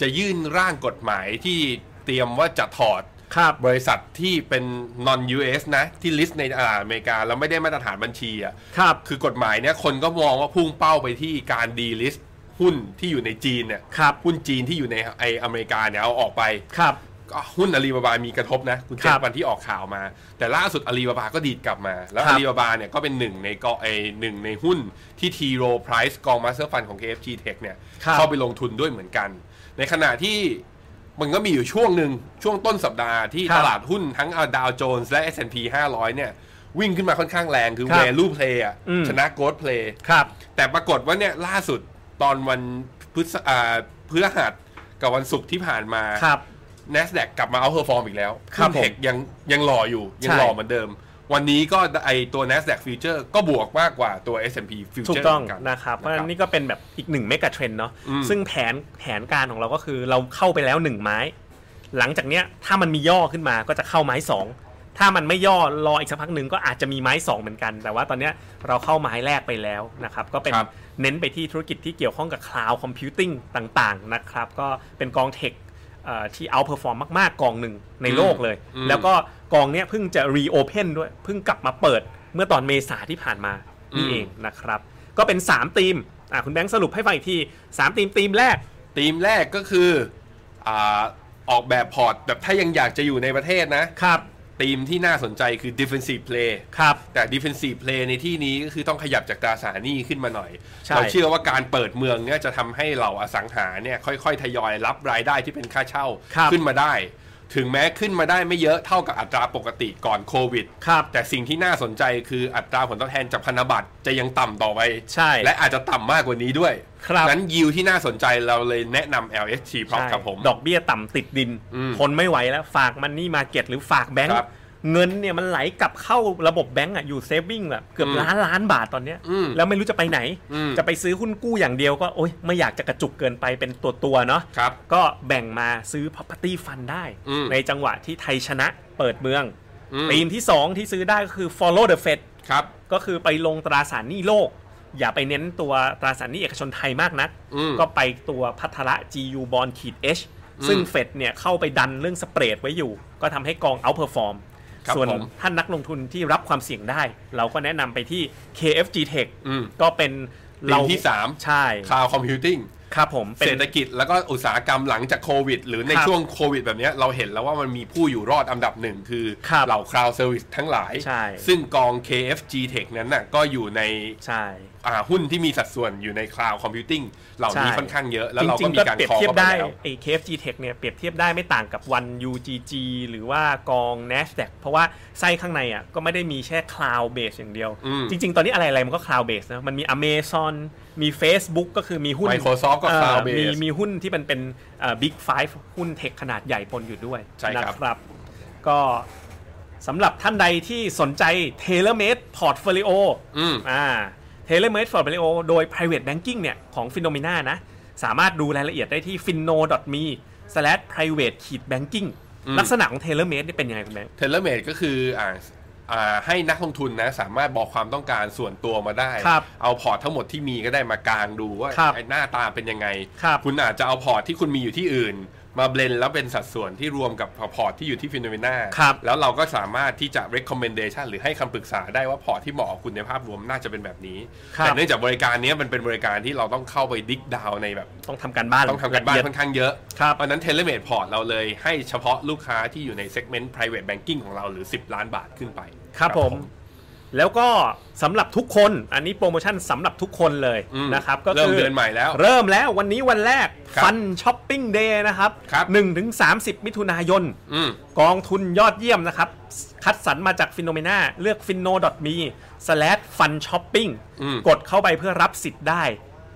จะยื่นร่างกฎหมายที่เตรียมว่าจะถอด
ครับ
บริษัทที่เป็น non US นะ ที่ลิสต์ในตลาดอเมริกา แล้วไม่ได้มาตรฐานบัญชีอ่ะ
ครับ
คือกฎหมายเนี่ยคนก็มองว่าพุ่งเป้าไปที่การดีลิสต์หุ้นที่อยู่ในจีนเนี่ย
ครับ
หุ้นจีนที่อยู่ในไออเมริกาเนี่ยเอาออกไป
ครับ
ก็หุ้นอาลีบาบามีกระทบนะ คุณเจ
ครั
น
บ
วันที่ออกข่าวมา แต่ล่าสุดอาลีบาบาก็ดีดกลับมา แล้ว
ครั
อา
บ
ลีบาบาเนี่ยก็เป็นหนึ่งในกอไอหนึ่งในหุ้นที่ทีโรไพรซ์กองมาสเตอร์ฟันของ KFG Tech เนี่ย
ครับ
เข้าไปลงทุนด้วยเหมือนกัน ในขณะที่มันก็มีอยู่ช่วงหนึ่งช่วงต้นสัปดาห์ที่
ครับ
ตลาดหุ้นทั้งดาวโจนส์และ S&P 500 เนี่ยวิ่งขึ้นมาค่อนข้างแรงคือ
ครับ
value play อะ
อืม
ชนะ growth play
ครับ
แต่ปรากฏว่าเนี่ยล่าสุดตอนวันพฤษอ่าพฤหัสกับวันศุกร์ที่ผ่านมา
ครับ
n a s d a q กลับมาเอาเพอร์ฟอร์มอีกแล้ว
ครับ
ณเทคยังยังหล่ออยู่ ยัง
ใช่
หล่อเหมือนเดิม วันนี้ก็ไอตัว NASDAQ Future ก็บวกมากกว่าตัว S&P
ถู
Future
กต้อง
เหมืกั
นะครับ เพราะฉะ
ค
นั้
บ
นนี่ก็เป็นแบบอีกหนึ่งเมกะเทรนเนาะ
อืม
ซึ่งแผนแผนการของเราก็คือเราเข้าไปแล้วหนึ่งไม้ หลังจากเนี้ยถ้ามันมีย่อขึ้นมาก็จะเข้าไม้สองถ้ามันไม่ย่อรออีกสักพักหนึ่งก็อาจจะมีไม้สองเหมือนกัน แต่ว่าตอนเนี้ยเราเข้าไม้แรกไปแล้วนะครับ ก็เป็น
ครับ
เน้นไปที่ธุรกิจที่เกี่ยวข้องกับ Cloud Computing ต่างๆนะครับ ก็เป็นกองเทคเอ่อที่เอาเพอร์ฟอร์มมากๆ กองหนึ่งในโลกเลย
อืม
แล้วก็กองเนี้ยเพิ่งจะรีโอเพนด้วยเพิ่งกลับมาเปิดเมื่อตอนเมษาที่ผ่านมา นี่เองนะครับ ก็เป็น 3 ธีมอ่ะคุณแบงค์สรุปให้ฟังอีกที 3 ธีมธีมแรก
ธีมแรกก็คืออ่าออกแบบพอร์ตแบบถ้ายังอยากจะอยู่ในประเทศนะครับ ธีมที่น่าสนใจคือ defensive play
ครับ
แต่ defensive play ในที่นี้ก็คือต้องขยับจากตราสารหนี้ขึ้นมาหน่อย
ใช่
เราเชื่อว่าการเปิดเมืองเนี่ยจะทำให้เหล่าอสังหาเนี่ยค่อยๆ ทยอยรับรายได้ที่เป็นค่าเช่า
ครับ
ขึ้นมาได้ ถึงแม้ขึ้นมาได้ไม่เยอะเท่ากับอัตราปกติก่อนโควิด
ครับ
แต่สิ่งที่น่าสนใจคืออัตราผลตอบแทนจากพันธบัตรจะยังต่ำต่อไป
ใช่
และอาจจะต่ำมากกว่านี้ด้วย
ครับ
นั้นยิวที่น่าสนใจเราเลยแนะนำ LST พร้อม
ใช่
ครับผม
ดอกเบี้ยต่ำติดดิน
อืม
ทนไม่ไหวแล้ว ฝากมันนี่มาเก็ตหรือฝากแบงก์
ครับ
เงินเนี่ยมันไหลกลับเข้าระบบแบงก์อ่ะอยู่เซฟวิ่งแบบเกือบ
อืม
ล้านล้านบาทตอนเนี้ย
อืม
แล้วไม่รู้จะไปไหน
อืม
จะไปซื้อหุ้นกู้อย่างเดียวก็ โอ๊ยไม่อยากจะกระจุกเกินไปเป็นตัวตัวๆเนาะ
ครับ
ก็แบ่งมาซื้อ property fund ได้
อืม
ในจังหวะที่ไทยชนะเปิดเมือง
อืม
ธีมที่สองที่ซื้อได้ก็คือ follow the Fed
ครับ
ก็คือไปลงตราสารหนี้โลก อย่าไปเน้นตัวตราสารหนี้เอกชนไทยมากนัก
อืม
ก็ไปตัวพัทระ GU bond ขีด H
อืม
ซึ่งเฟดเนี่ยเข้าไปดันเรื่องสเปรดไว้อยู่ ก็ทำให้กอง outperform
ครับ
ส่วน
ผม
ท่านนักลงทุนที่รับความเสี่ยงได้ เราก็แนะนำไปที่ KFG Tech
อืม
ก็เป็นเรา
ธีมที่สาม
ใช่
คลาวคอมพิวติ้ง
ครับผมป็น
เศรษฐกิจแล้วก็อุตสาหกรรมหลังจากโควิด หรือใน
ครับ
ช่วงโควิดแบบเนี้ยเราเห็นแล้วว่ามันมีผู้อยู่รอดอันดับหนึ่งคือ
ครับ
เหล่าคลาวเซอร์วิสทั้งหลาย
ใช่
ซึ่งกอง KFG Tech นั้นน่ะก็อยู่ใน
ใช่
อ่าหุ้นที่มีสัดส่วนอยู่ในคลาวคอมพิวติ้งเหล่านี้
ใช่
ค่อนข้างเยอะ แล้วเรา
จ
ก็
งๆ
มีการ
เปรียบ
คอ
เทียบ
เข้าไป
ได้
แล้ว
ไอ้ KFG Tech เนี่ยเปรียบเทียบได้ไม่ต่างกับวัน UGG หรือว่ากอง NASDAQ เพราะว่าไส้ข้างในอ่ะก็ไม่ได้มีแค่ cloud base อย่างเดียว
อืม
จริง ๆ ตอนนี้อะไรๆมันก็ cloud base นะมันมี Amazon มี Facebook ก็คือมีหุ้น
Microsoft ก็
เอ่อ
cloud based
มีมีหุ้นที่มันเป็นเอ่อ Big Five หุ้นเทคขนาดใหญ่ปนอยู่ด้วย
ใช่ครับ
นะครับ ก็สำหรับท่านใดที่สนใจ tailor-made portfolio
อืม
อ่าเทเลเมดฟอร์ o โอโดย private banking เนี่ย ของฟินโนมิน่านะ สามารถดูรายละเอียดได้ที่ finno.me slash private banking
อืม
ลักษณะของเทเลเมดนี่เป็นยังไงคุณแบงค์
เทเลเมดก็คืออ่าอ่าให้นักลงทุนนะสามารถบอกความต้องการส่วนตัวมาได้
ครับ
เอาพอร์ตทั้งหมดที่มีก็ได้มากางดูว่า
ครับ
ไอ้หน้าตาเป็นยังไง
ครับ
ณอาจจะเอาพอร์ตที่คุณมีอยู่ที่อื่น มาเบลนแล้วเป็นสัดส่วนที่รวมกับพอร์ตที่อยู่ที่ฟิโนเมนา
ครับ
แล้วเราก็สามารถที่จะ recommendation หรือให้คำปรึกษาได้ว่าพอร์ตที่เหมาะกับคุณในภาพรวมน่าจะเป็นแบบนี้
ครับ
แต่เนื่องจากบริการเนี้ยมันเป็นบริการที่เราต้องเข้าไปดิกดาวในแบบ
ต้องทำการบ้าน
ต้องทำกันบ้าน
ละเยด
ค่อนข้างเยอะ
ครับ
เพราะฉะนั้นเทเลเมดพอร์ตเราเลยให้เฉพาะลูกค้าที่อยู่ในเซกเมนต์ private banking ของเราหรือ 10 ล้านบาทขึ้นไป
ครับผม แล้วก็สำหรับทุกคนอันนี้โปรโมชั่นสำหรับทุกคนเลย
อืม
นะครับก็
เริ่ม
คื
เดือนใหม่แล้ว
เริ่มแล้ววันนี้วันแรก
ครับ
ฟันช้อปปิ้งเดย์นะครับ
ครับ
1ถึง30 มิถุนายน
อืม
กองทุนยอดเยี่ยมนะครับ คัดสรรมาจากฟิโนเมนาเลือก f i n o m e f u n s h o p p i n g
อืม
กดเข้าไปเพื่อรับสิทธิ์ได้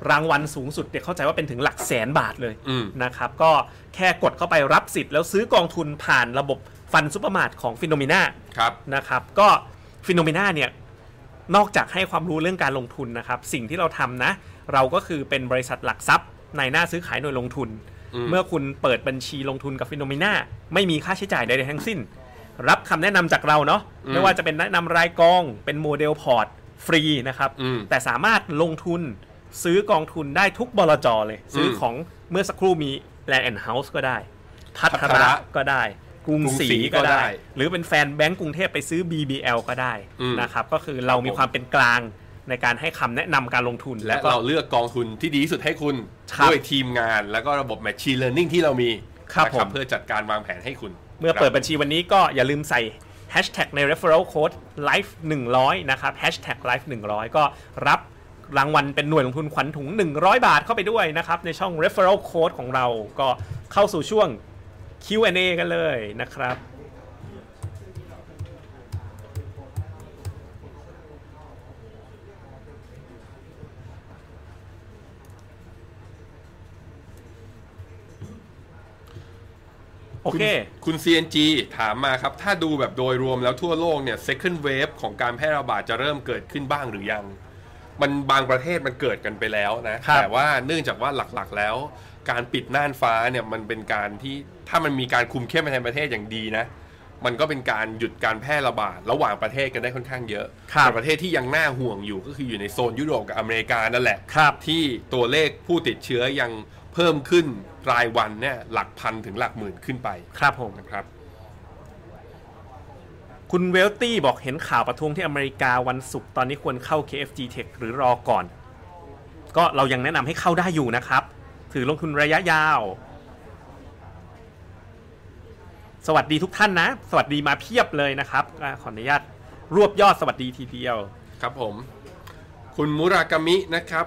รางวัลสูงสุดเนี่ยเข้าใจว่าเป็นถึงหลักแสนบาทเลย
อืม
นะครับ ก็แค่กดเข้าไปรับสิทธิ์แล้วซื้อกองทุนผ่านระบบฟันซูเปอร์มาร์ทของฟิโนเมนา
ครับ
นะครับก็ฟิโนเมนาเนี่ยนอกจากให้ความรู้เรื่องการลงทุนนะครับ สิ่งที่เราทำนะ เราก็คือเป็นบริษัทหลักทรัพย์ในหน้าซื้อขายหน่วยลงทุน เมื่อคุณเปิดบัญชีลงทุนกับฟิโนเมนาไม่มีค่าใช้จ่ายใดๆทั้งสิ้น รับคำแนะนำจากเราเนาะไม่ว่าจะเป็นแนะนำรายกอง เป็นโมเดลพอร์ตฟรีนะครับ
อืม
แต่สามารถลงทุนซื้อกองทุนได้ทุกบลจเลย ซื้ออ
ม
ของเมื่อสักครู่มี Land and House ก็ได้พัท
พัท
ระ
ระ
ก็ได้กรุงศรี
กรุงศรีก็
ก็
ได้
ได้ หรือเป็นแฟนแบงก์กรุงเทพไปซื้อ BBL ก็ได้
อืม
นะครับ ก็คือเรามีความเป็นกลางในการให้คำแนะนำการลงทุน
และ
ก็
เราเลือกกองทุนที่ดีที่สุดให้คุณ
ครับ
ด้วยทีมงานแล้วก็ระบบ machine learning ที่เรามี
ครับ
นะ
ผม
เพื่อจัดการวางแผนให้คุณ
เมื่อเปิ
ครับ
ดัญชีวันนี้ก็อย่าลืมใส่ hashtag ใน referral code life 100 นะครับ hashtag life 100 ก็รับรางวัลเป็นหน่วยลงทุนขวัญถุง 100 บาทเข้าไปด้วยนะครับ ในช่อง referral code ของเราก็เข้าสู่ช่วง Q&A กันเลยนะครับ โอเค
คุณ CNG ถามมาครับ ถ้าดูแบบโดยรวมแล้วทั่วโลกเนี่ย second wave ของการแพร่ระบาดจะเริ่มเกิดขึ้นบ้างหรือยัง มันบางประเทศมันเกิดกันไปแล้วนะ
ครับ
แต่ว่าเนื่องจากว่าหลักๆแล้ว การปิดน่านฟ้าเนี่ยมันเป็นการที่ถ้ามันมีการคุมเข้มภายในประเทศอย่างดีนะ มันก็เป็นการหยุดการแพร่ระบาดระหว่างประเทศกันได้ค่อนข้างเยอะ
ครับ
แต่ประเทศที่ยังน่าห่วงอยู่ก็คืออยู่ในโซนยุโรปกับอเมริกานั่นแหละ
ครับ
ที่ตัวเลขผู้ติดเชื้อยังเพิ่มขึ้นรายวันเนี่ยหลักพันถึงหลักหมื่นขึ้นไป
ครับผม
นะครับ
คุณเวลตี้บอกเห็นข่าวประท้วงที่อเมริกาวันศุกร์ตอนนี้ควรเข้า KFG Tech หรือรอก่อน ก็เรายังแนะนำให้เข้าได้อยู่นะครับ ถือลงทุนระยะยาว สวัสดีทุกท่านนะ สวัสดีมาเพียบเลยนะครับอ่าขออนุญาตรวบยอดสวัสดีทีเดียว
ครับผม คุณมุรากามินะครับ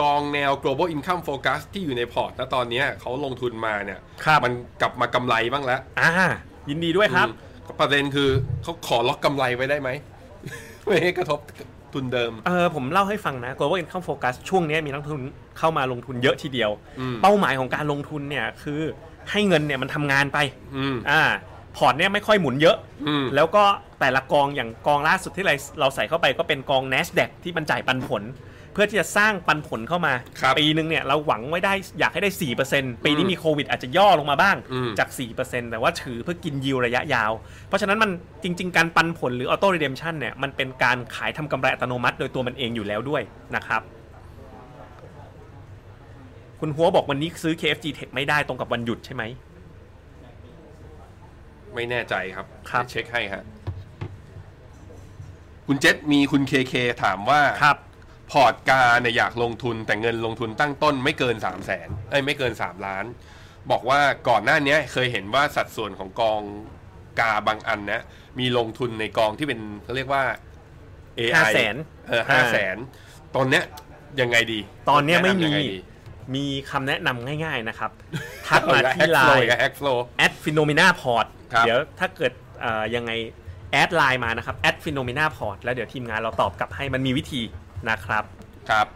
กองแนว global income focus ที่อยู่ในพอร์ตนะตอนเนี้ยเขาลงทุนมาเนี่ย
ครับ
มันกลับมากำไรบ้างแล้ว
อ่า ยินดีด้วยครับ
อืมประเด็นคือเขาขอล็อกกำไรไว้ได้ไหม ไม่ให้กระทบทุนเดิม
เออผมเล่าให้ฟังนะ global income focus ช่วงนี้มีนักลงทุนเข้ามาลงทุนเยอะทีเดียว
อืม
เป้าหมายของการลงทุนเนี่ยคือให้เงินเนี่ยมันทำงานไป
อืม
อ่าพอร์ตเนี่ยไม่ค่อยหมุนเยอะ
อืม
แล้วก็แต่ละกองอย่างกองล่าสุดที่เราเราใส่เข้าไปก็เป็นกอง NASDAQ ที่มันจ่ายปันผล เพื่อที่จะสร้างปันผลเข้ามา
ครับ
ปีหนึ่งเนี่ยเราหวังไว้ได้อยากให้ได้ 4%ปีนี้มีโควิดอาจจะย่อลงมาบ้าง
อืม
จาก 4%แต่ว่าถือเพื่อกินยิวระยะยาว เพราะฉะนั้นมันจริง ๆ การปันผลหรือ auto redemption เนี่ยมันเป็นการขายทำกำไรอัตโนมัติ โดยตัวมันเองอยู่แล้วด้วยนะครับ คุณหัวบอกวันนี้ซื้อ KFG Tech ไม่ได้ตรงกับวันหยุดใช่ไหม
ไม่แน่ใจครับ
ครับ
เดี๋ยวเช็คให้ฮะคุณเจษมีคุณเคเคถามว่า
ครับ
พอร์ตกาเนี่ยอยากลงทุนแต่เงินลงทุนตั้งต้นไม่เกิน3 0 0แสนเอ้ยไม่เกิน 3 ล้าน บอกว่าก่อนหน้าเนี้ยเคยเห็นว่าสัดส่วนของกองกาบางอันนะมีลงทุนในกองที่เป็นเขาเรียกว่า AI
500,000
เออห้าแสนตอนเนี้ยยังไงดี
ตอนเนี้ยไม่
แะำ
มี
ยังงดี
มีคำแนะนำง่ายๆ นะครับ ทักมา
เอ
ที่ไล
อ Hackflow
น์
กับ Hackflow
แอดฟิโนเมนาพอร์ต
ครับ
เดี๋ยวถ้าเกิดเอ่อยังไงแอดไลน์มานะครับแอดฟิโนเมนาพอร์ตแล้วเดี๋ยวทีมงานเราตอบกลับให้มันมีวิธีนะครับ
ครับ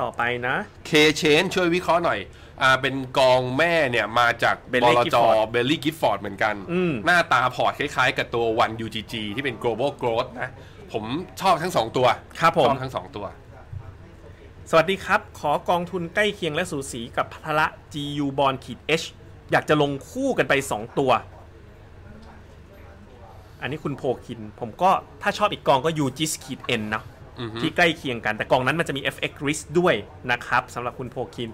ต่อไปนะ
เคเชนช่วยวิเคราะห์หน่อย อ่า เป็นกองแม่เนี่ยมาจาก
Belly
บลจ
Gifford
เบลลี่กิฟฟอร์ดเหมือนกัน
อืม
หน้าตาพอร์ตคล้ายๆกับตัว One UGG ที่เป็น global growth นะ ผมชอบทั้งสองตัว
ครับผม
ชอบทั้งสองตัว
สวัสดีครับ ขอกองทุนใกล้เคียงและสูสีกับพัทละ GU Bond ขีด H อยากจะลงคู่กันไป 2 ตัว อันนี้คุณโพคิน ผมก็ถ้าชอบอีกกองก็ UGIS ขีด N เนาะ ที่ใกล้เคียงกัน แต่กองนั้นมันจะมี FX risk ด้วยนะครับสำหรับคุณโพคิน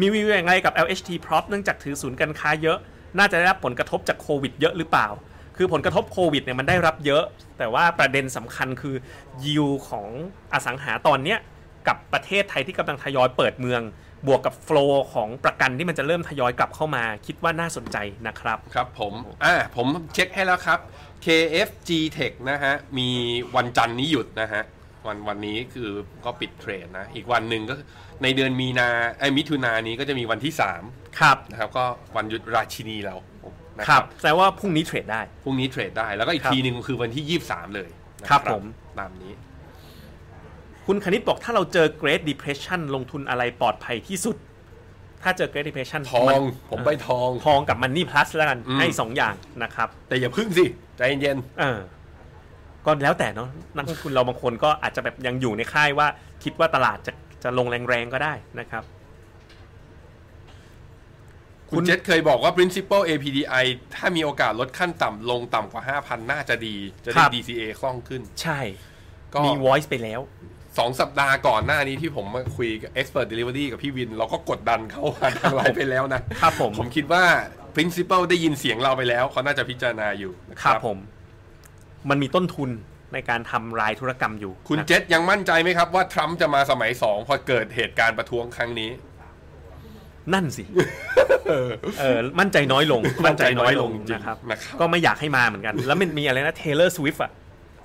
มีวิวอย่างไรกับ LHT prop เนื่องจากถือศูนย์การค้าเยอะ น่าจะได้รับผลกระทบจากโควิดเยอะหรือเปล่า คือผลกระทบโควิดเนี่ยมันได้รับเยอะ แต่ว่าประเด็นสำคัญคือยิวของอสังหาตอนเนี้ย กับประเทศไทยที่กำลังทยอยเปิดเมือง บวกกับโฟลของประกันที่มันจะเริ่มทยอยกลับเข้ามา คิดว่าน่าสนใจนะครับ
ครับผม อ่า ผมเช็คให้แล้วครับ KFG Tech นะฮะ มีวันจันทร์นี้หยุดนะฮะ วันวันนี้คือก็ปิดเทรดนะ อีกวันหนึ่งก็ในเดือนมีนาไอ้ยมิถุนายนนี้ก็จะมีวันที่
ครับ
3 นะครับ ก็วันหยุดราชินีเรานะ
ค
ค
รั
รั
บบ แปลว่าพรุ่งนี้เทรดได้
พรุ่งนี้เทรดได้ แล้วก็อีก
ครับ
ทีหนึ่งคือวันที่ 23 เลยนะครับ
ผม
ตามนี้
คุณคณิตบอกถ้าเราเจอ Great Depression ลงทุนอะไรปลอดภัยที่สุด ถ้าเจอ Great Depression
ทอ
มัน
ง ผมไปทอง
ทองกับ Money Plus แล้วกัน
อืม
ให้ 2 อย่างนะครับ
แต่อย่าพึ่งสิใจเย็น
เออก็แล้วแต่เนาะนักลงทุนเราบางคนก็อาจจะแบบยังอยู่ในค่ายว่า คิดว่าตลาดจะจะลงแรงๆก็ได้นะครับ
คุณเจษเคยบอกว่า principal APDI ถ้ามีโอกาสลดขั้นต่ำลงต่ำกว่า 5,000 น่าจะดี จะ
ครั
ได้
บ
DCA คล่องขึ้น
ใช่
ก็
มี voice ไปแล้ว
สองสัปดาห์ก่อนหน้านี้ที่ผมมาคุยกับ Expert Delivery กับพี่วิน เราก็กดดันเขาผ่านทางไลน์ไปแล้วนะครับ
ผม
ผมคิดว่า principal ได้ยินเสียงเราไปแล้วเขาน่าจะพิจารณาอยู่นะ
ค
ค
รั
รั
บบ ผม มันมีต้นทุนในการทำรายธุรกรรมอยู่
คุณ
นะ
เจษยังมั่นใจไหมครับว่าทรัมป์จะมาสมัย 2 พอเกิดเหตุการณ์ประท้วงครั้งนี้
นั่นสิ เออมั่นใจน้อย ลง
มั่นใจน้อยลงจริง
นะครับ
นะครับ
ก็ไม่อยากให้มาเหมือนกัน แล้วมันมีอะไรนะเทเลอร์สวิฟอ่ะ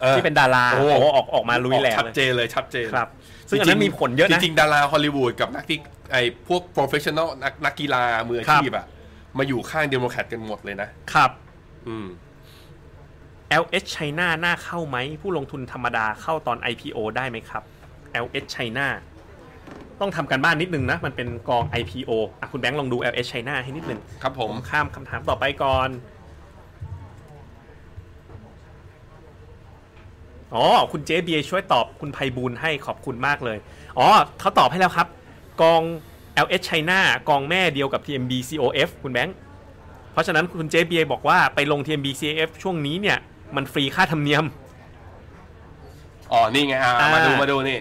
เออ
ที่เป็นดารา
โอ้
โอ้โหออกออกมาลุยแรง
ชัด
เลย
เจนเลยชัดเจน
ครับ ซึ่งอันนั้นมีผลเยอะนะ
จริงๆดาราฮอลลีวูดกับนักที่ไอพวก professional นักนักกีฬามืออาชีพอะมาอยู่ข้างเดโมแครตกันหมดเลยนะ
ครับ
อืม
LH China น่าเข้าไหม ผู้ลงทุนธรรมดาเข้าตอน IPO ได้ไหมครับ LH China ต้องทำการบ้านนิดนึงนะ มันเป็นกอง IPO อ่ะคุณแบงค์ลองดู LH China ให้นิดนึง
ครับผม
ข้ามคำถามต่อไปก่อน อ๋อ คุณเจเบียช่วยตอบคุณไพบูลย์ให้ขอบคุณมากเลย อ๋อเขาตอบให้แล้วครับ กอง LH China กองแม่เดียวกับ TMB COF คุณแบงค์ เพราะฉะนั้นคุณเจเบียบอกว่าไปลง TMB COF ช่วงนี้เนี่ย มันฟรีค่าธรรมเนียม
อ๋อ นี่ไงอ่ะ
อ่าม
มาดู มาดูนี่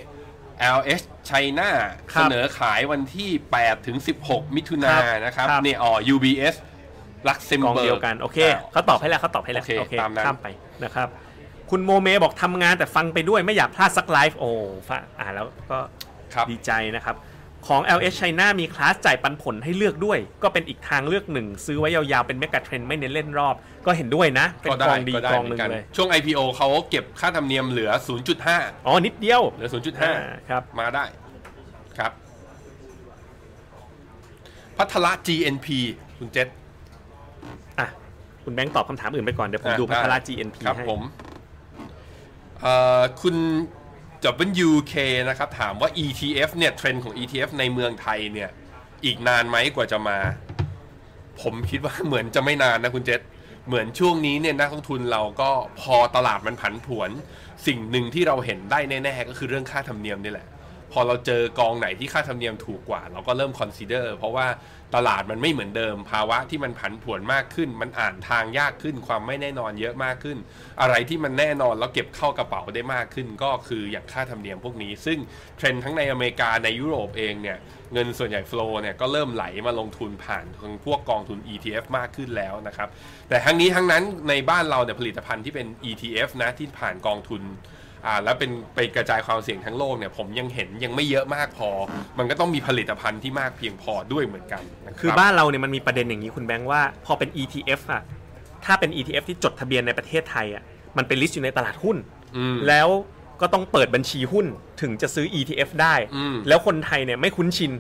LH China
ค
เส
รับ
นอขายวันที่ 8 ถึง 16 มิถุนา
ครับ
นะครับ
ครับ
นี่อ๋อ UBS ลักเซม
กอง
เบิร์ก
เดียวกัน โอเคเขาตอบให้แล้วเขาตอบให้แล้ว
โอเคตามนั้น
ข้ามไปนะครับ คุณโมเมบอกทำงานแต่ฟังไปด้วยไม่อยากพลาดสักไลฟ์โอ้ฟ้าอ่านแล้วก็
ครับ
ดีใจนะครับ ของ LH China มีคลาสจ่ายปันผลให้เลือกด้วย ก็เป็นอีกทางเลือกหนึ่ง ซื้อไว้ยาวๆ เป็นเมกะเทรนไม่เน้นเล่นรอบ ก็เห็นด้วยนะ เป็น
ก็
ก
ได้
องดี
ก็ได้
กอง
เห
ห
มื
นึ่
อง นกัน
เลย
ช่วง IPO เขาเก็บค่าธรรมเนียมเหลือ 0.5
อ๋อ นิดเดียว
เหลือ
อ่า
0.5
ครับ
มาได้ครับ พัทละ GNP คุณเจษ
อ่ะ คุณแบงค์ตอบคำถามอื่นไปก่อน เดี๋ยวผม
อ่ะ
ดูพัฒรา
ไ
GNP
ครับ
ให้
ผมเอ่อคุณ WK นะครับ ถามว่า ETF เนี่ย เทรนด์ของ ETF ในเมืองไทยเนี่ย อีกนานไหมกว่าจะมา ผมคิดว่า เหมือนจะไม่นานนะคุณเจษเหมือนช่วงนี้เนี่ยนักลงทุนเราก็พอตลาดมันผันผวน สิ่งหนึ่งที่เราเห็นได้แน่ๆ ก็คือเรื่องค่าธรรมเนียมนี่แหละ พอเราเจอกองไหนที่ค่าธรรมเนียมถูกกว่า เราก็เริ่มคอนซีเดอร์เพราะว่าตลาดมันไม่เหมือนเดิม ภาวะที่มันผันผวนมากขึ้น มันอ่านทางยากขึ้น ความไม่แน่นอนเยอะมากขึ้น อะไรที่มันแน่นอนแล้วเก็บเข้ากระเป๋าได้มากขึ้น ก็คืออย่างค่าธรรมเนียมพวกนี้ ซึ่งเทรนด์ทั้งในอเมริกาในยุโรปเองเนี่ยเงินส่วนใหญ่ฟลอเนี่ยก็เริ่มไหลมาลงทุนผ่านทางพวกกองทุน ETF มากขึ้นแล้วนะครับ แต่ทั้งนี้ทั้งนั้นในบ้านเราเนี่ยผลิตภัณฑ์ที่เป็น ETF นะที่ผ่านกองทุน อ่าแล้วเป็นไปกระจายความเสี่ยงทั้งโลกเนี่ยผมยังเห็นยังไม่เยอะมากพอ มันก็ต้องมีผลิตภัณฑ์ที่มากเพียงพอด้วยเหมือนกันนะ
คือบ้านเราเนี่ยมันมีประเด็นอย่างนี้คุณแบงค์ว่าพอเป็น ETF อะถ้าเป็น ETF ที่จดทะเบียนในประเทศไทยอะมันเป็นลิสต์อยู่ในตลาดหุ้น
อืม
แล้วก็ต้องเปิดบัญชีหุ้นถึงจะซื้อ ETF ได้
อืม
แล้วคนไทยเนี่ยไม่คุ้นชิน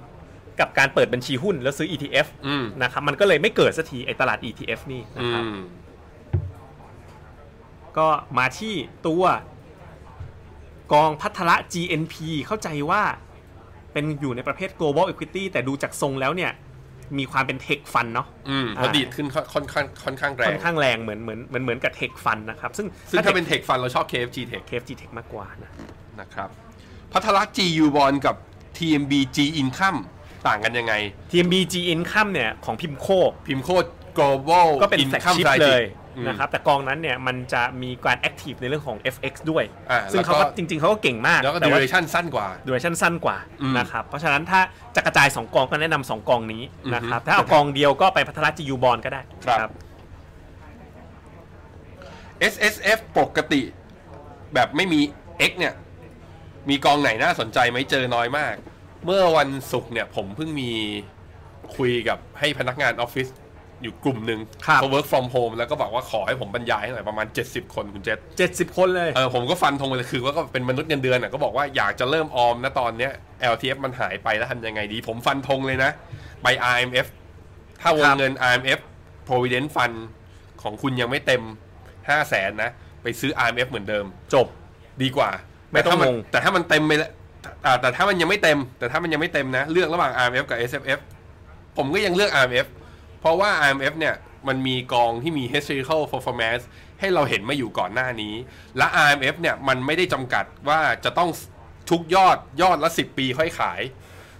กับการเปิดบัญชีหุ้นแล้วซื้อ ETF
อืม
นะครับมันก็เลยไม่เกิดสักทีไอตลาด ETF นี่นะ
อื
ครับ
ม
ก็มาที่ตัวกองพัฒระ GNP เข้าใจว่าเป็นอยู่ในประเภท global equity แต่ดูจากทรงแล้วเนี่ยมีความเป็น tech fund เนาะ
อืม
อ่า
พอดีดขึ้นค่อนค่อนข้างค่อนข้างแร
ค่อง นข้างแรงเหมือนเหมือนเหมือนเหมือนกับ tech fund นะครับซึ่ง
ซึ่งถ้าเป็นเทคฟันเราชอบ KFG Tech
เคฟจีเทคมากกว่านะ
นะครับพัทลักษ์ GU Bond กับ TMB G Income ต่างกันยังไง
ทีม BG Income เนี่ยของพิมโค
พิมพ์โคด global
ก็เป็น
income
flagship
strategy
เลย
อืม
นะครับแต่กองนั้นเนี่ยมันจะมีการแอคทีฟในเรื่องของ FX ด้วย
อ่า
ซึ่งเขาก็
แล้วก็
จริงๆเขาก็เก่งมาก
แล้วก็
ต่
ดู
ว่า
เรชั่นสั้นกว่า
ดูเรชั่นสั้นกว่า
อืม
นะครับ เพราะฉะนั้นถ้าจะกระจาย 2 กองก็แนะนำสอ2กองนี้นะครับ
อือฮึ
ถ้าเอากองเดียวก็ไปพัทลัจียูบอลก็ได้
ครับ S S F ปกติ แบบไม่มี X เนี่ย มีกองไหนน่าสนใจไหมเจอน้อยมาก เมื่อวันศุกร์เนี่ยผมเพิ่งมีคุยกับให้พนักงานออฟฟิศอยู่กลุ่มหนึ่งเขา work from home แล้วก็บอกว่าขอให้ผมบรรยายให้หน่อยประมาณ 70 คนคุณเจษ
เจ็ดสิบคนเลย
เออผมก็ฟันธงไปเลยคือว่าก็เป็นมนุษย์เงินเดือนอ่ะก็บอกว่าอยากจะเริ่มออมนะตอนเนี้ย LTF มันหายไปแล้วทำยังไงดี ผมฟันธงเลยนะ ไป IMF ถ้าวงเงิน IMF Provident Fund ของคุณยังไม่เต็ม 5 0 0แสนนะ ไปซื้อ IMF เหมือนเดิม
จบ
ดีกว่า
ไม่ต้อง
แถ้าน
งง
แต่ถ้ามันเต็มไปแล้วอ่าแต่ถ้ามันยังไม่เต็ม แต่ถ้ามันยังไม่เต็มนะ เลือกระหว่าง RMF กับ SFF ผมก็ยังเลือก RMF เพราะว่า RMF เนี่ยมันมีกองที่มี historical performance ให้เราเห็นมาอยู่ก่อนหน้านี้ และ RMF เนี่ยมันไม่ได้จำกัดว่าจะต้องทุกยอดยอดละ 10 ปีค่อยขาย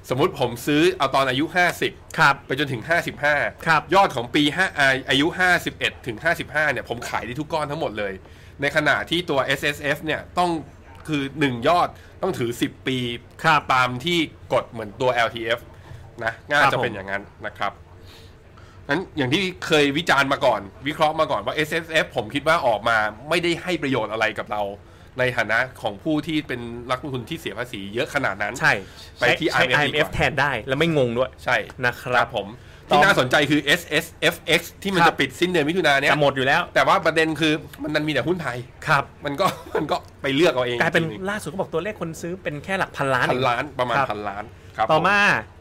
สมมุติผมซื้อเอาตอนอายุ 50
ครับ
ไปจนถึง 55
ครับ
ยอดของปี5อ่าอายุ 51 ถึง 55 เนี่ย ผมขายได้ทุกก้อนทั้งหมดเลย ในขณะที่ตัว S S F เนี่ย ต้องคือ 1 ยอดต้องถือ 10 ปี
ครับ
ตามที่กฎเหมือนตัว L T F นะง่า
ครับ
จะเป็น
ผม
อย่างนั้นนะครับนั้นอย่างที่เคยวิจารณ์มาก่อน วิเคราะห์มาก่อนว่า S S F ผมคิดว่าออกมาไม่ได้ให้ประโยชน์อะไรกับเรา ในฐานะของผู้ที่เป็นนักลงทุนที่เสียภาษีเยอะขนาดนั้น
ใช่
ไปที่
ใช้
IMF ดีก
IMF
ว่า
แทนได้แล้วไม่งงด้วย
ใช่
นะครับ
ผม
ต่อ
ที่น่าสนใจคือ S S F X ที่มัน
ครับ
จะปิดสิ้นเดือนมิถุนาเนี้ย
จะหมดอยู่แล้ว
แต่ว่าประเด็นคือมันนันมีแต่หุ้นไทย
ครับ
มันก็ มันก็ไปเลือกเอาเอง
กลายเป็น
จริง
ล่าสุดก็บอกตัวเลขคนซื้อเป็นแค่หลักพันล้าน
ๆพันล้านประมาณ
ครับ
พันล้านครับ
ต่อมา
ผ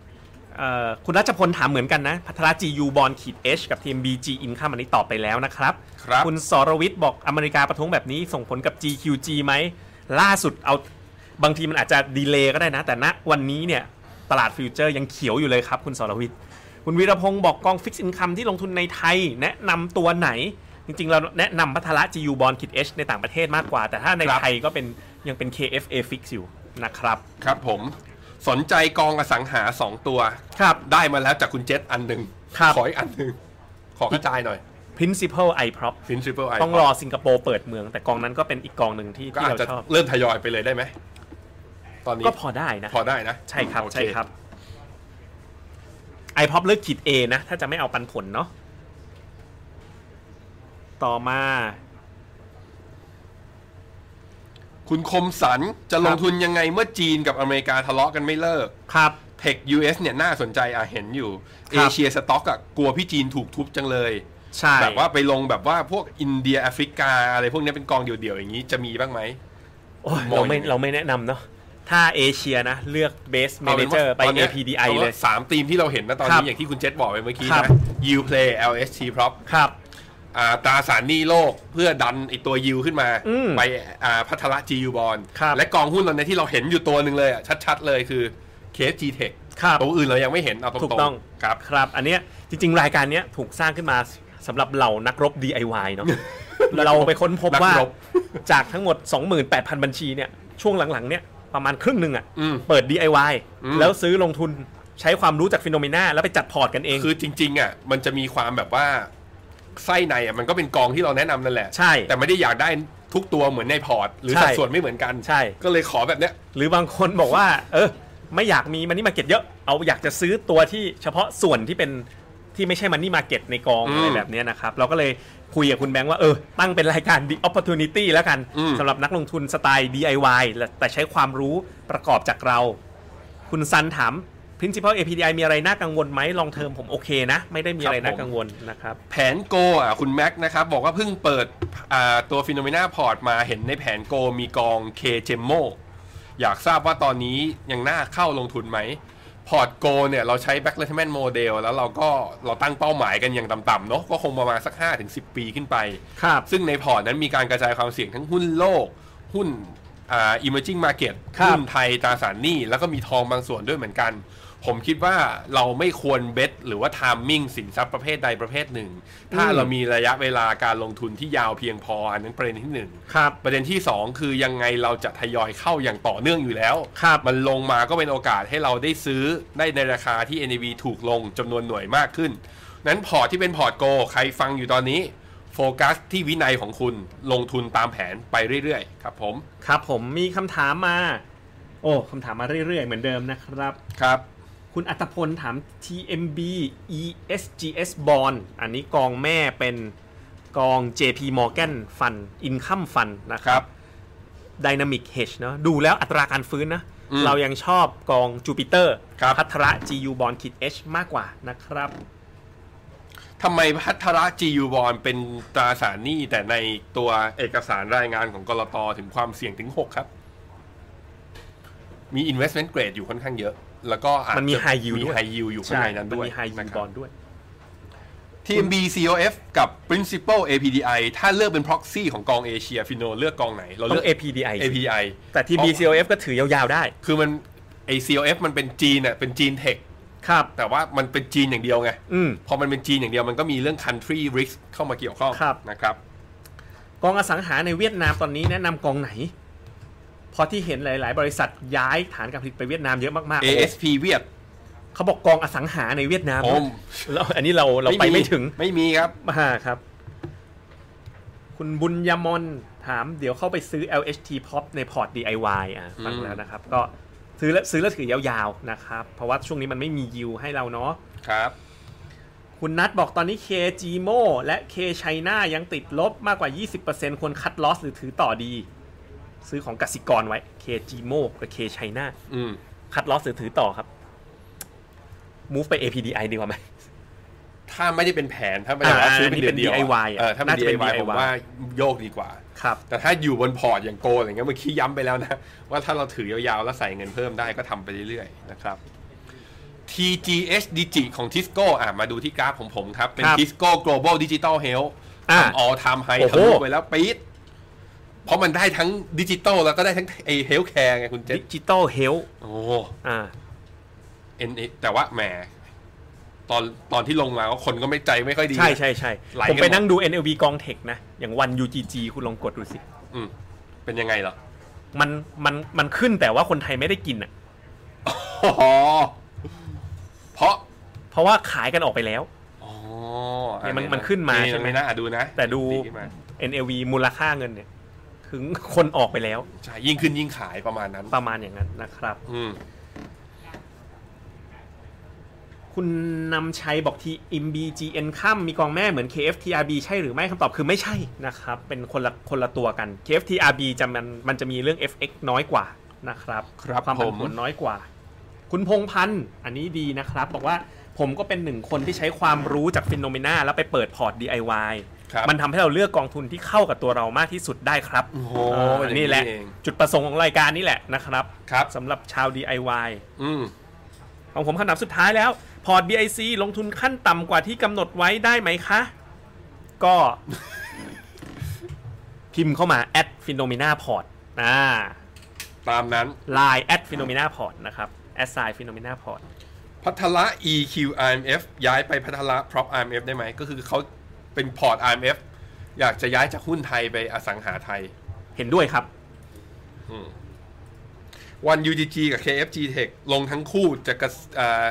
เอ่อคุณรัชพลถามเหมือนกันนะ พัทรจียูบอลขีด H กับทีม BG Income อันนี้ตอบไปแล้วนะครับ
ครับ
ณสรวิทย์บอกอเมริกาประท้วงแบบนี้ส่งผลกับ GQG ไหม ล่าสุดเอาบางทีมันอาจจะดีเลย์ก็ได้นะ แต่ณวันนี้เนี่ย ตลาดฟิวเจอร์ยังเขียวอยู่เลยครับคุณสรวิทย์ คุณวีรพงศ์บอกกองฟิกซ์อินคัมที่ลงทุนในไทย แนะนำตัวไหน จริงๆ เราแนะนำพัทระ GU บอลขีด H ในต่างประเทศมากกว่า แต่ถ้าใน
ครับ
ไทยก็เป็นยังเป็น KFA Fix อยู่นะครับ
มครับผม สนใจกองอสังหาสองตัว
ครับ
ได้มาแล้วจากคุณเจษอันหนึ่ง
ครับ
ขออีกอันหนึ่งขอกระจายหน่อย
Principal iProp
Principal I
ต้องรอสิงคโปร์เปิดเมือง แต่กองนั้นก็เป็นอีกกองหนึ่งที่
ก็
ที่
อาจ
เรา
จะ
ชอบ
เริ่มทยอยไปเลยได้ไหมตอนนี้
ก็พอได้นะ
พอได้นะ
ใช่ครับ
โอเ
ใช่ครับไอพอปเลือกขีด A นะ ถ้าจะไม่เอาปันผลเนาะต่อมา
คุณคมสันจะล
ค
ง
รับ
ทุนยังไงเมื่อจีนกับอเมริกาทะเลาะกันไม่เลิก
ครับ
เทค US เนี่ยน่าสนใจอ่ะเห็นอยู่
ค
เอ
รับ
เชียสต็อกอะกลัวพี่จีนถูกทุบจังเลย
ใช่
แบบว่าไปลงแบบว่าพวกอินเดียแอฟริกา อะไรพวกเนี้ยเป็นกองเดี่ยวๆ อย่างนี้จะมีบ้างไหม
โอ้ย
มอง
เราไม่
ยังไง
เราไม่แนะนำเนาะถ้าเอเชียนะ เลือก Base
อาป็นว่า
Manager ไป
ตอนนี้ย
APDI
อาป็น
เล
ว่าย สามทีมที่เราเห็นนะตอน
ครั
นี้
บ
อย่างที่คุณเจษบอกไปเมื่อกี้
ครับ
นะ yield play LST prop
ครับ
อ่าตราสารหนี้โลกเพื่อดันไอตัวยิวขึ้นมา
อืม
ไปอ่าพัทละจียูบอล
ครับ
และกองหุ้นตอนนี้ที่เราเห็นอยู่ตัวหนึ่งเลยอ่ะชัดๆเลยคือ KFG Tech
ครับ
ตัวอื่นเรายังไม่เห็นเอาตรงๆ
ถูกต้อง
ครับ
ครับ อันเนี้ยจริง ๆ รายการเนี้ยถูกสร้างขึ้นมาสำหรับเหล่านักรบ DIY เนาะ เราไปค้นพบว่า
นักรบ
จากทั้งหมด 28,000 บัญชีเนี่ยช่วงหลัง ๆ เนี่ยประมาณครึ่งหนึ่งอะ
อืม
เปิด DIY แล้วซื้อลงทุนใช้ความรู้จากฟิโนเมนาแล้วไปจัดพอร์ตกันเอง
คือจริงๆอ่ะมันจะมีความแบบว่าไส้ในอ่ะมันก็เป็นกองที่เราแนะนำนั่นแหละ
ใช่
แต่ไม่ได้อยากได้ทุกตัวเหมือนในพอร์ต หรือ
ใช่
สัดส่วนไม่เหมือนกัน
ใช่
ก็เลยขอแบบเนี้ย
หรือบางคนบอกว่า เออ ไม่อยากมีมันนี่มาเก็ตเยอะ เอาอยากจะซื้อตัวที่เฉพาะส่วนที่เป็นที่ไม่ใช่มันนี่มาเก็ตในกอง
อืม
อะไรแบบเนี้ยนะครับ เราก็เลยคุยกับคุณแบงค์ว่า เออ ตั้งเป็นรายการ The Opportunity แล้วกัน
อืม
สำหรับนักลงทุนสไตล์ DIY และแต่ใช้ความรู้ประกอบจากเรา คุณซันถาม principal APDI มีอะไรน่ากังวลไหมลองเทอมผมโอเคนะ ไม่ได้มีอะไรน่ากังวลนะครับ
แผนโกอ่ะคุณแม็กนะครับ บอกว่าเพิ่งเปิดอ่าตัวฟิโนเมนาพอร์ตมาเห็นในแผนโกมีกอง K เจมโมอยากทราบว่าตอนนี้ยังน่าเข้าลงทุนไหม พอร์ตโกเนี่ยเราใช้ Back l e t t e m e n t Model แล้วเราก็เราตั้งเป้าหมายกันอย่างต่ำๆเนาะก็คงประมาณสัก 5-10 ปีขึ้นไป
ครับ
ซึ่งในพอร์ตนั้นมีการกระจายความเสี่ยงทั้งหุ้นโลก หุ้นอ่า emerging market
ครับ
หุ้นไทยตราสารหนี้ แล้วก็มีทองบางส่วนด้วยเหมือนกัน ผมคิดว่าเราไม่ควรเบสหรือว่า t i ม i ิ่งสินทรัพย์ประเภทใดประเภทหนึ่ง ถ้าเรามีระยะเวลาการลงทุนที่ยาวเพียงพอ อันนั้นประเด็นที่หนึ่ง
ครับ
ประเด็นที่ 2 คือยังไงเราจะทยอยเข้าอย่างต่อเนื่องอยู่แล้ว
ครับ
มันลงมาก็เป็นโอกาสให้เราได้ซื้อได้ในราคาที่ NAV ถูกลงจำนวนหน่วยมากขึ้น นั้นพอร์ตที่เป็นพอร์ตโก ใครฟังอยู่ตอนนี้ โฟกัสที่วินัยของคุณลงทุนตามแผนไปเรื่อยๆ ครับผม
ครับผมมีคำถามมา โอ้คำถามมาเรื่อยๆ เหมือนเดิมนะครับ
ครับ
คุณอัตพลถาม TMB ESGS Bond อันนี้กองแม่เป็นกอง JP Morgan Fund Income Fund นะค
ครั
รับ
บ
Dynamic Hedge เนอะดูแล้วอัตราการฟื้นนะ
อืม
เรายังชอบกอง Jupiter
ครับ
พัทระ GU Bond Kit H มากกว่านะครับ
ทำไมพัทระจียูบอลเป็นตราสารหนี้แต่ในตัวเอกสารรายงานของกรตถึงความเสี่ยงถึง 6 ครับ มี investment grade อยู่ค่อนข้างเยอะ แล้วก็อาจจะ
มันมี high yield
มี
ด้วย
high yield อยู่ข้างในนั้น
มั
ด้วย
มี High
นะ
Yield
ครับ
Bond ด้วย
TMB COF กับ Principal APDI ถ้าเลือกเป็น proxy ของกองเอเชียฟิโนเลือกกองไหน เรา
ต้
เลื
อ
อก
ง APDI สิ
APDI
แต่ TB
เพราะ
COF ก็ถือยาวๆได้
คือมันไอ COF มันเป็นจีนอ่ะเป็นจีนเทค
ครับ
แต่ว่ามันเป็นจีนอย่างเดียวไง
อืม
พอมันเป็นจีนอย่างเดียวมันก็มีเรื่อง country risk เข้ามาเกี่ยวข้อง
ครับ
นะครับ
กองอสังหาในเวียดนามตอนนี้แนะนำกองไหน พอที่เห็นหลาย ๆ บริษัทย้ายฐานการผลิตไปเวียดนามเยอะมากๆ
ASP เวียด
เขาบอกกองอสังหาในเวียดนาม
โอ้
แล้วอันนี้เราเราไปไม่ถึง
ไม่มีครับ
มาครับ คุณบุญยมนถามเดี๋ยวเข้าไปซื้อ LHT Pop ในพอร์ต DIY อ่ะฟัง
อืม
แล้วนะครับ ก็ซื้อแล้วซื้อแล้วถือยาวๆนะครับ เพราะว่าช่วงนี้มันไม่มียิวให้เราเนาะ
ครับ
คุณนัทบอกตอนนี้ K g m o และ K China ยังติดลบมากกว่า 20%ควรคัดลอสหรือถือต่อดี ซื้อของกสิกรไว้ K g m o กับ K China
อืม
คัดลอสหรือถือต่อครับ move ไป APDI ดีกว่าไหม
ถ้าไม่ได้เป็นแผนถ้าไม่ได้ว่า
อ่า
ซื้อเป็นเดือนเดียว
DIY อะ
เออถ้าเป็
น่าน จะเป็น
DIY ผม
DIY
ว่าโยกดีกว่า
ครับ
แต่ถ้าอยู่บนพอร์ตอย่างโกอะไรเงี้ยเมื่อกี้ย้ำไปแล้วนะ ว่าถ้าเราถือยาวๆ แล้วใส่เงินเพิ่มได้ก็ทำไปเรื่อยๆ นะครับ TGS Digi ของ Tisco อ่ะมาดูที่กราฟของผมครับ เป็น
ครับ
Tisco Global Digital Health
อ่ะ
ทำ all time high
โอ้โห
ทะลุไปแล้วปี๊ดเพราะมันได้ทั้งดิจิตอลแล้วก็ได้ทั้งไอเฮลท์แคร์ไงคุณเจ
ดิ
ษ
จิตอลเฮล
โอ้โห
อ่า
NA แต่ว่าแหมตอนตอนที่ลงมาก็คนก็ไม่ใจไม่ค่อยดี
ใช่ใช่ใช่
ไหลกัน
ผมไป
หมด
นั่งดู NLV กองเทคนะ อย่างวัน UGG คุณลองกดดูสิ
อืมเป็นยังไงเหรอ
มันมันมันขึ้นแต่ว่าคนไทยไม่ได้กินอ่ะ
อ๋อเพราะ
เพราะว่าขายกันออกไปแล้ว
อ๋อ
เนี่ยมัน
อั
มันขึ้นมาใช่ไหม
นน่าดูนะ
แต่ดู
ขึ้นมา
NLV มูลค่าเงินเนี่ย ถึงคนออกไปแล้ว
ใช่ยิ่งขึ้นยิ่งขายประมาณนั้น
ประมาณอย่างนั้นนะครับ
อืม
คุณนำชัยบอกที่ MBGN ค่ำมีกองแม่เหมือน KFTRB ใช่หรือไม่คำตอบคือไม่ใช่นะครับ เป็นคนละคนละตัวกัน KFTRB จะมันมันจะมีเรื่อง FX น้อยกว่านะครับ
ครับ
ความผัน
ผม
ผวนน้อยกว่า คุณพงพันธ์อันนี้ดีนะครับ บอกว่าผมก็เป็นหนึ่งคนที่ใช้ความรู้จากฟินโนเมนาแล้วไปเปิดพอร์ต DIY
ครับ
มันทำให้เราเลือกกองทุนที่เข้ากับตัวเรามากที่สุดได้ครับ
โอ้โห
เออ
เป็นอย่างนี้
นี่แหละ
เอง
จุดประสงค์ของรายการนี่แหละนะครับ
ครับ
สำหรับชาว DIY
อืม
ของผมคำถามสุดท้ายแล้ว พอร์ต BIC ลงทุนขั้นต่ำกว่าที่กำหนดไว้ได้ไหมคะ ก็ พิมพ์เข้ามา at phenomena port อ่า
ตามนั้น
line at phenomena port นะครับ at sign phenomena port
พัทละ EQ IMF ย้ายไปพัทละ Prop IMF ได้ไหม ก็คือเขาเป็นพอร์ต IMF อยากจะย้ายจากหุ้นไทยไปอสังหาไทย
เห็นด้วยครับ
วัน UGG กับ KFG Tech ลงทั้งคู่จะกระเอ่อ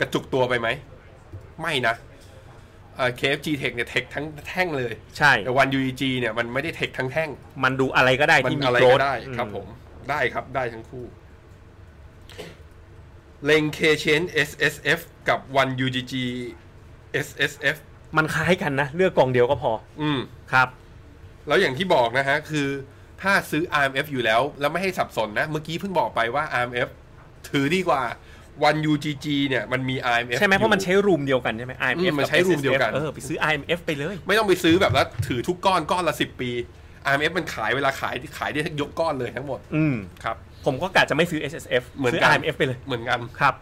กระจุกตัวไปไหม ไม่นะเอ่อ KFG Tech เนี่ยเทคทั้งแท่งเลย
ใช่
แต่วัน UGG เนี่ยมันไม่ได้เทคทั้งแท่ง
มันดูอะไรก็ได้
มัน
ที่มี
อะไร
โกร
ก็
ธ
ได้ครับผมได้ครับได้ทั้งคู่ เลง K-Chain SSF กับ One UGG SSF
มันคล้ายกันนะ เลือกกองเดียวก็พอ
อืม
ครับ
แล้วอย่างที่บอกนะฮะ คือถ้าซื้อ RMF อยู่แล้ว แล้วไม่ให้สับสนนะ เมื่อกี้เพิ่งบอกไปว่า RMF ถือดีกว่า One UGG เนี่ยมันมี RMF
ใช่ไหมเพราะมั
อ
น
ยู่
ใช้รูมเดียวกันใช่ไหม IMF
อืมมัน
กับ
ใช้รูมเดียวกัน
SSF เออไปซื้อ IMF ไปเลย
ไม่ต้องไปซื้อแบบแล้วถือทุกก้อนก้อนละสิบปี RMF มันขายเวลาขายขายได้ทั้งยกก้อนเลยทั้งหมด
อืม
ครับ
ผมก็กะจะไม่ซื้อ SSF
เหมือน
ซื้อ
กัน
IMF ไปเลย
เหมือนกัน
ครับ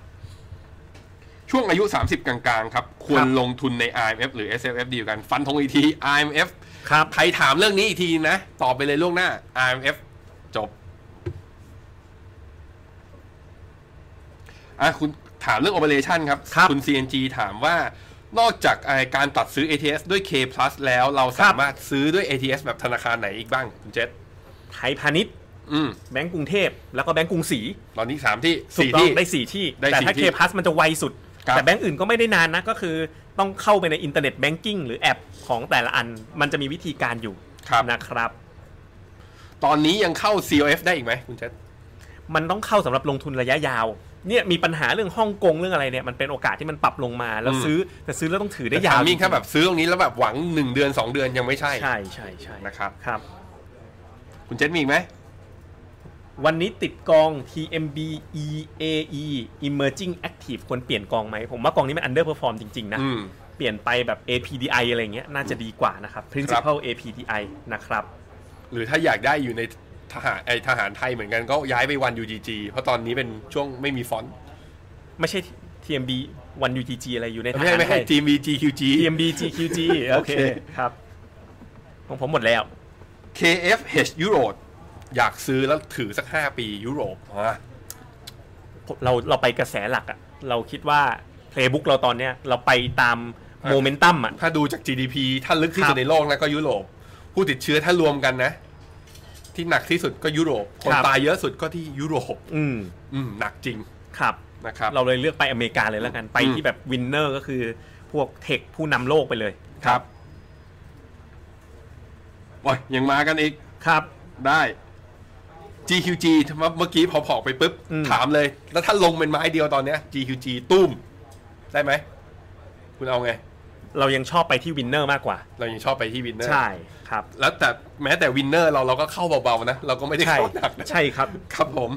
ช่วงอายุ 30 กลางๆ ครับ ควรลงทุนใน IMF หรือ SFF ดีกว่ากัน ฟันธงอีกที IMF
ครับ
ใครถามเรื่องนี้อีกทีนะ ตอบไปเลยล่วงหน้า IMF จบ อ่ะคุณถามเรื่อง operation ครับ
ครับ
ณ CNG ถามว่านอกจากไอ้การตัดซื้อ ATS ด้วย K plus แล้วเราสามารถซื้อด้วย ATS แบบธนาคารไหนอีกบ้างคุณเจษ
ไทยพาณิชย์
อืม
แบงก์กรุงเทพแล้วก็แบงก์กรุงศรี
ตอนนี้สามที่
ถูก
สี่
ต้อ
ที่
งได้ 4 ที่
ได้
แต่
สี่
ถ้า
ที่
เคพัสมันจะไวสุด
ครับ
แต่แบงก์อื่นก็ไม่ได้นานนะ ก็คือ ต้องเข้าไปในอินเทอร์เน็ตแบงกิ้งหรือแอปของแต่ละอัน มันจะมีวิธีการอยู่
ครับ
นะครับ
ตอนนี้ยังเข้า COF ได้อีกไหมคุณเจษ
มันต้องเข้าสำหรับลงทุนระยะยาว เนี่ยมีปัญหาเรื่องฮ่องกงเรื่องอะไรเนี่ยมันเป็นโอกาสที่มันปรับลงมาแล้วซื้อแต่ซื้อแล้วต้องถือได้ยาว
มิ่งถ้าแบบซื้อตรงนี้แล้วแบบหวัง 1 เดือน 2 เดือนยังไม่ใช่
ใช่ใช่ใช่
นะครับ
ครับ
คุณเจษมีอีกไหม
วันนี้ติดกอง TMB EAE Emerging Active ควรเปลี่ยนกองไหม ผมว่ากองนี้มัน underperform จริง ๆ นะ
อืม
เปลี่ยนไปแบบ APDI อะไรเงี้ยน่าจะดีกว่านะครับ principal APDI นะครับ
หรือถ้าอยากได้อยู่ในทหารไอทหารไทยเหมือนกันก็ย้ายไปวัน UGG เพราะตอนนี้เป็นช่วงไม่มีฟอนต์
ไม่ใช่ TMB 1 UTG อะไรอยู่ใน
ไม่ใช่ไม่
ท
ใช่
หารทย
TMB GQG
TMB GQG โอเค
โอเค
ครับของผมหมดแล้ว
KFH ยุโรปอยากซื้อแล้วถือสัก 5 ปียุโรปอ่ะ
เราเราไปกระแสหลักอะเราคิดว่า playbook เราตอนเนี้ยเราไปตาม
อ่ะ
โมเมนตัมอะ
ถ้าดูจาก GDP ถ้าลึกที่
ค
สุ
รั
ด
บ
ในโลกนะก็ยุโรป ผู้ติดเชื้อถ้ารวมกันนะ ที่หนักที่สุดก็ยุโรป คน
ครับ
ตายเยอะสุดก็ที่ยุโรป
อืม
อืมหนักจริง
ครับ
นะครับ
เราเลยเลือกไปอเมริกาเลยแล้วกัน ไป
อืม
ที่แบบวินเนอร์ก็คือพวกเทคผู้นำโลกไปเลย
ครับโอ้ยยังมากันอีก
ครับ
ได้ GQG ทำไมเมื่อกี้พอผอกไปปุ๊บ
อืม
ถามเลย แล้วถ้าลงเป็นไม้เดียวตอนเนี้ย GQG ตุ้ม ได้ไหม คุณเอาไง
เรายังชอบไปที่วินเนอร์มากกว่า
เรายังชอบไปที่วินเนอร์
ใช่ครับ
แล้วแต่แม้แต่วินเนอร์เราเราก็เข้าเบาๆนะ เราก็ไม่ได้
ใช่
เข้าหนักนะ
ใช่ครับ
ครับผม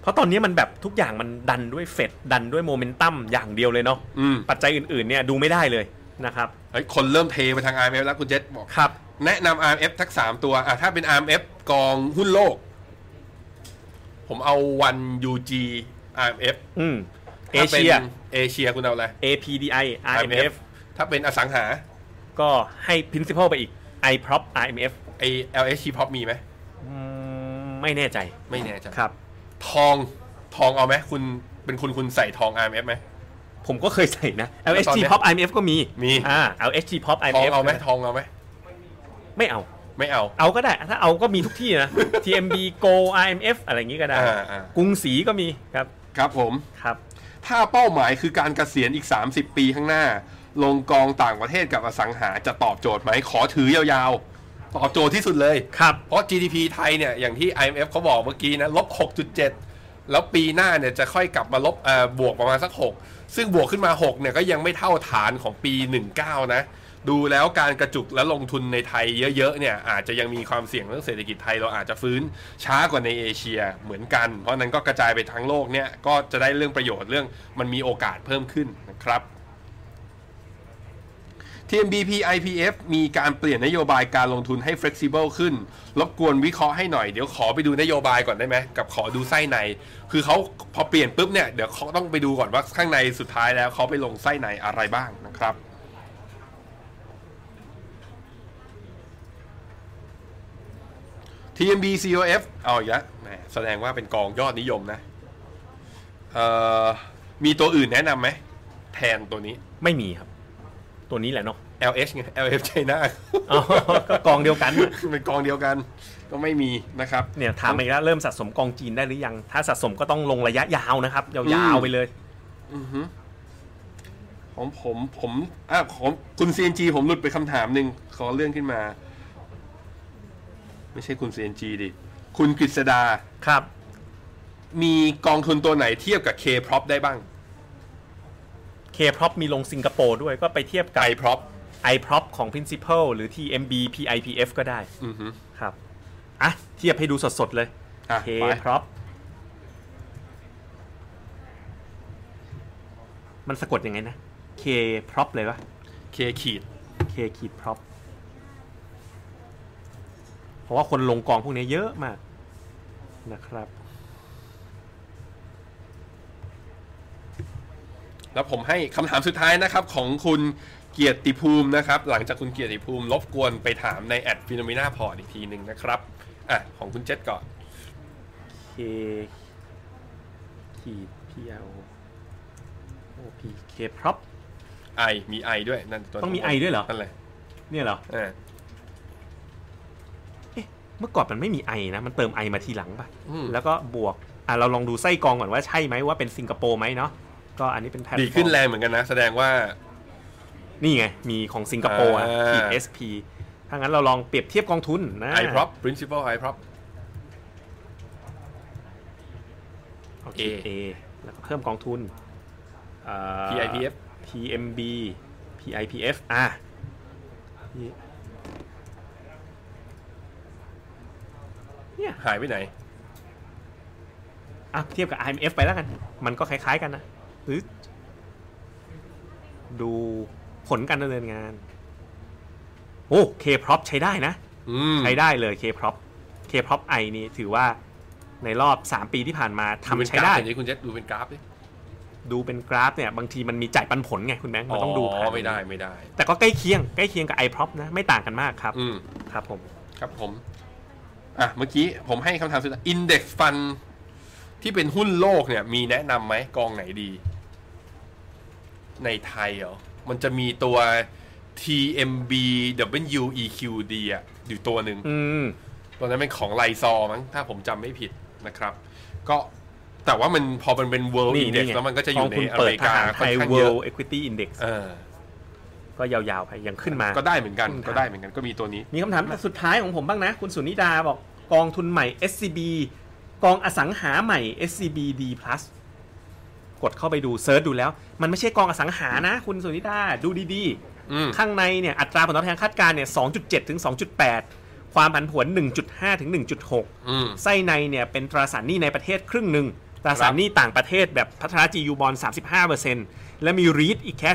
เพราะตอนนี้มันแบบทุกอย่างมันดันด้วยเฟดดันด้วยโมเมนตัมอย่างเดียวเลยเนาะ
อืม
ปัจจัยอื่นๆเนี่ยดูไม่ได้เลยนะครับ
เฮ้ยคนเริ่มเทไปทาง RMF แล้วคุณเจษบอก
ครับ
แนะนำ RMF ทักสามตัว อ่ะ ถ้าเป็น RMF กองหุ้นโลก ผมเอาวัน UG RMF
อืมเอ
ถ้าป็น
เชีย
เอเชียคุณเอาอะไร
APDI IMF
ถ้าเป็นอสังหา
ก็ให้ principal ไปอีก iProp IMF
ไอ LH Pop มีไหม
อืมไม่แน่ใจ
ไม่แน่ใจ
ครับ
ทองทองเอาไหมคุณเป็นคุณคุณใส่ทอง RMF ไหม
ผมก็เคยใส่นะ
ตอน
LHT
เนี้ย
Pop IMF ก็มี
มี
อ่า LHT Pop
ทอง
IMF
เอาไหมทองเอาไหม
ไม่เอา
ไม่เอา
เอาก็ได้ ถ้าเอาก็มีทุก ที่นะ TMB Go IMF อะไรอย่างงี้ก็ได้
อ่าอ่า
กรุงศรีก็มีครับ
ครับผม
ครับ
ถ้าเป้าหมายคือการเกษียณอีก 30 ปีข้างหน้า ลงกองต่างประเทศกับอสังหาจะตอบโจทย์ไหมขอถือยาวๆ ตอบโจทย์ที่สุดเลย
ครับ
เพราะ GDP ไทยเนี่ย อย่างที่ IMF เขาบอกเมื่อกี้นะลบ 6.7 แล้วปีหน้าเนี่ยจะค่อยกลับมาลบเอ่อบวกประมาณสัก 6 ซึ่งบวกขึ้นมา 6 เนี่ยก็ยังไม่เท่าฐานของปี 19 นะ ดูแล้วการกระจุกและลงทุนในไทยเยอะๆ เนี่ย อาจจะยังมีความเสี่ยงเรื่องเศรษฐกิจไทยเราอาจจะฟื้นช้ากว่าในเอเชียเหมือนกัน เพราะนั้นก็กระจายไปทั้งโลกเนี่ย ก็จะได้เรื่องประโยชน์เรื่องมันมีโอกาสเพิ่มขึ้นนะครับ TMBP IPF มีการเปลี่ยนนโยบายการลงทุนให้ flexible ขึ้น รบกวนวิเคราะห์ให้หน่อย เดี๋ยวขอไปดูนโยบายก่อนได้ไหม กับขอดูไส้ใน คือเขาพอเปลี่ยนปุ๊บเนี่ย เดี๋ยวเขาต้องไปดูก่อนว่าข้างในสุดท้ายแล้วเขาไปลงไส้ในอะไรบ้างนะครับ TMB COF เอาอีกแล้วแหมแสดงว่าเป็นกองยอดนิยมนะเอ่อมีตัวอื่นแนะนำไหม แทนตัวนี้
ไม่มีครับ ตัวนี้แหละเนาะ
LH ไง LH ไชน่า
อ๋อก็กองเดียวกัน
เป็นกองเดียวกันก็ไม่มีนะครับ
เนี่ยถามมาอีกแล้วเริ่มสะสมกองจีนได้หรือยัง ถ้าสะสมก็ต้องลงระยะยาวนะครับ ยาวๆไปเลย
ของผมผมอ่ะของคุณ CNG ผมหลุดไปคำถามหนึ่งขอเรื่องขึ้นมา ไม่ใช่คุณ CNG ดิ คุณกฤษดา
ครับ
มีกองทุนตัวไหนเทียบกับ K-PROP ได้บ้าง
K Prop มีลงสิงคโปร์ด้วยก็ไปเทียบกับ
I-PROP
i Prop ของ Principal หรือ TMB PIPF ก็ได้
อือฮึ
ครับอ่ะเทียบให้ดูสดๆเลย
อ่ะ
K
ไป
Prop มันสะกดยังไงนะ K Prop เลยวะ
K ขีด
K ขีด Prop เพราะว่าคนลงกองพวกนี้เยอะมากนะครับ
แล้วผมให้คำถามสุดท้ายนะครับ ของคุณเกียรติภูมินะครับ หลังจากคุณเกียรติภูมิรบกวนไปถามในแอดฟิโนเมนาพอร์ตอีกทีหนึ่งนะครับอ่ะของคุณเจษก่อน
K ขีด P R O O P K Prop
I มี I ด้วยนั่นตัว
ต้องมี I ด้วยเหรอ
นั่นแหละ
เนี่ยเหรอ
อ่า
เอ๊ะเมื่อก่อนมันไม่มีไอนะ มันเติมไอมาทีหลังป่ะ
อืม
แล้วก็บวก อ่ะเราลองดูไส้กรองก่อนว่าใช่ไหมว่าเป็นสิงคโปร์ไหมเนาะ ก็อันนี้เป็นแพลตฟอร์ม
ดีขึ้นแรงเหมือนกันนะ แสดงว่า
นี่ไง มีของสิงคโปร์อะ
อ่า
PSP ถ้างั้นเราลองเปรียบเทียบกองทุนนะ
i p r o p principal i p r o p
โอเค
A
A แล้วก็เพิ่มกองทุนอ่า
PIPF
PMB PIPF อ่ะเนี่ย
หายไปไหน
อ่ะเทียบกับ IMF ไปแล้วกัน มันก็คล้ายๆกันนะ หรือ ดูผลการดำเนินงาน โอ้ K-PROP ใช้ได้นะ
อืม
ใช้ได้เลย K-PROP K-PROP I นี่ถือว่าในรอบ 3 ปีที่ผ่านมาทำใช้ได้
นี่คุณเจษดูเป็นกราฟดิ
ดูเป็นกราฟเนี่ย บางทีมันมีจ่ายปันผลไงคุณแบงค์มันต้องดูผ่าน
ไม่ได้ไม่ได้
แต่ก็ใกล้เคียงใกล้เคียงกับ iProp นะ ไม่ต่างกันมากครับ
อืม
ครับผม
ครับผม อ่ะ เมื่อกี้ผมให้คำถามสุดท้าย Index Fund ที่เป็นหุ้นโลกเนี่ย มีแนะนำไหมกองไหนดี ในไทยเหรอ มันจะมีตัว TMB WEQD อ่ะ อยู่ตัวหนึ่ง
อืม
ตัวนั้นเป็นของไลซอมั้ง ถ้าผมจำไม่ผิดนะครับ ก็แต่ว่ามันพอมันเป็น world
นี่
index
ไง
แล้วมันก็จะอยู่ใน
กงทุ
อ
เปิ
เม
ด
ริ
ท
กา
หารไท
ค่อน
ย
ข้างเยอะ
World Equity Index
เออ
ก็ยาวๆไปยังขึ้นมา
ก็ได้เหมือนกัน
คุณถาม
ก็ได้เหมือนกัน ก็มีตัวนี้
มีคำถามสุดท้ายของผมบ้างนะ คุณสุนิดาบอกกองทุนใหม่ SCB กองอสังหาใหม่ SCBD plus กดเข้าไปดูเซิร์ชดูแล้ว มันไม่ใช่กองอสังหานะ คุณสุนิดาดูดี
อืม
ๆ ข้างในเนี่ยอัตราผลตอบแทนคาดการณ์เนี่ย 2.7 ถึง 2.8 ความผันผวน 1.5 ถึง 1.6
อืม
ไส้ในเนี่ยเป็นตราสารหนี้ในประเทศครึ่งหนึ่งตราสารหนี้ต่างประเทศแบบพัฒนาจียูบอล35%และมีรีดอีกแค่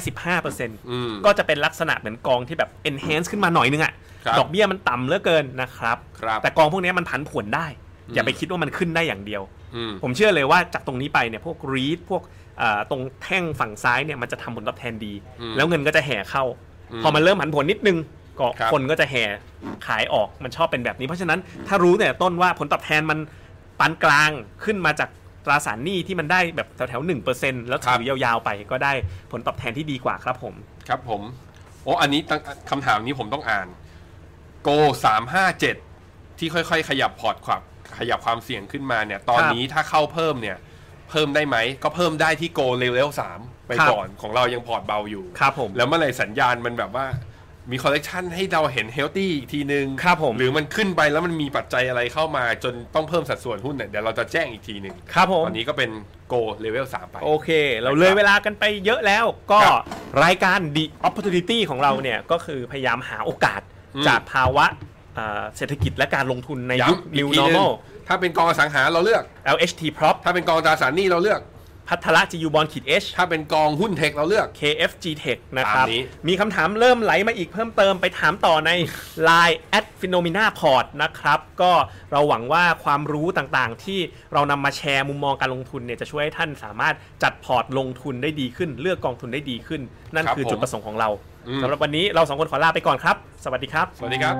ม
15%ก็จะเป็นลักษณะเหมือนกองที่แบบ enhance ขึ้นมาหน่อยนึงอะ
ครับ
ดอกเบี้ยมันต่ำเหลือเกินนะครับ
ครับ
แต่กองพวกเนี้ยมันผันผวนได้ อย่าไปคิดว่ามันขึ้นได้อย่างเดียว
อืม
ผมเชื่อเลยว่าจากตรงนี้ไปเนี่ยพวกรีดพวกเอ่อตรงแท่งฝั่งซ้ายเนี่ยมันจะทำผลตอบแทนดี
อืม
แล้วเงินก็จะแห่เข้า
อืม
พอมันเริ่มผันผลนิดนึงก็
ครับ
คนก็จะแห่ขายออกมันชอบเป็นแบบนี้ เพราะฉะนั้นถ้ารู้เนี่ยต้นว่าผลตอบแทนมันปานกลางขึ้นมาจากตราสารหนี้ที่มันได้แบบแถวๆหนึ่งเปอร์เซ็นต์แล้วถือยาวๆไปก็ได้ผลตอบแทนที่ดีกว่าครับผม
ครับผม โอ้ อันนี้ตั้งคำถามนี้ผมต้องอ่าน Go สามห้าเจ็ดที่ค่อยๆ ขยับพอร์ตความขยับความเสี่ยงขึ้นมาเนี่ย ตอน
ครับ
นี้ถ้าเข้าเพิ่มเนี่ย เพิ่มได้ไหม ก็เพิ่มได้ที่ Go Level สามไป
ครับ
ก่อนของเรายังพอร์ตเบาอยู่
ครับผม
แล้วเมื่อไหร่สัญญาณมันแบบว่า มีคอลเลกชันให้เราเห็นเฮลตี้อีกทีนึง
ครับผม
หรือมันขึ้นไปแล้วมันมีปัจจัยอะไรเข้ามาจนต้องเพิ่มสัดส่วนหุ้นเนี่ยเดี๋ยวเราจะแจ้งอีกทีหนึ่ง
ครับผม
ตอนนี้ก็เป็น Go Level สามไป
โอเค เราเลยเวลากันไปเยอะแล้วก็
ครับ
รายการ The Opportunity ของเราเนี่ย ก็คือพยายามหาโอกาส
อืม
จากภาวะเอ่อเศรษฐกิจและการลงทุนในยุค
ย้ำอีก
New
ทีนึง
Normal
ถ้าเป็นกองอสังหาเราเลือก
LHT Prop
ถ้าเป็นกองตราสารหนี้เราเลือก
พัทละจียูบอลขีด H
ถ้าเป็นกองหุ้นเทคเราเลือก
KFG Tech นะครับ
ตามนี้
มีคำถามเริ่มไหลมาอีกเพิ่มเติมไปถามต่อใน Line at phenomena port นะครับ ก็เราหวังว่าความรู้ต่างๆ ที่เรานำมาแชร์มุมมองการลงทุนเนี่ยจะช่วยให้ท่านสามารถจัดพอร์ตลงทุนได้ดีขึ้น เลือกกองทุนได้ดีขึ้น นั่น
ครับ
คือ
ผม
จุดประสงค์ของเรา
อืม
สำหรับวันนี้เราสองคนขอลาไปก่อนครับ สวัสดีครับ
สวัสดีครับ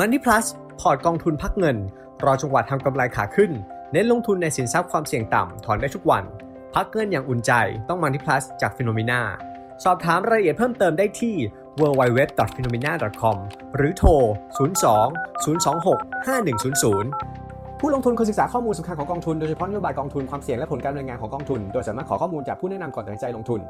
Money Plus พอร์ตกองทุนพักเงิน รอจังหวะทำกำไรขาขึ้น เน้นลงทุนในสินทรัพย์ความเสี่ยงต่ำ ถอนได้ทุกวัน พักเงินอย่างอุ่นใจต้อง Money Plus จาก p h e n o m e n a สอบถามรายละเอียดเพิ่มเติมได้ที่ www.phenomena.com หรือโทร 02 026 5100 ผู้ลงทุนควรศึกษาข้อมูลสำคัญของกองทุน โดยเฉพาะนโยบายกองทุนความเสี่ยงและผลการดำเนินงานของกองทุน โดยสามารถขอข้อมูลจากผู้แนะนำก่อนตัดสินใจลงทุน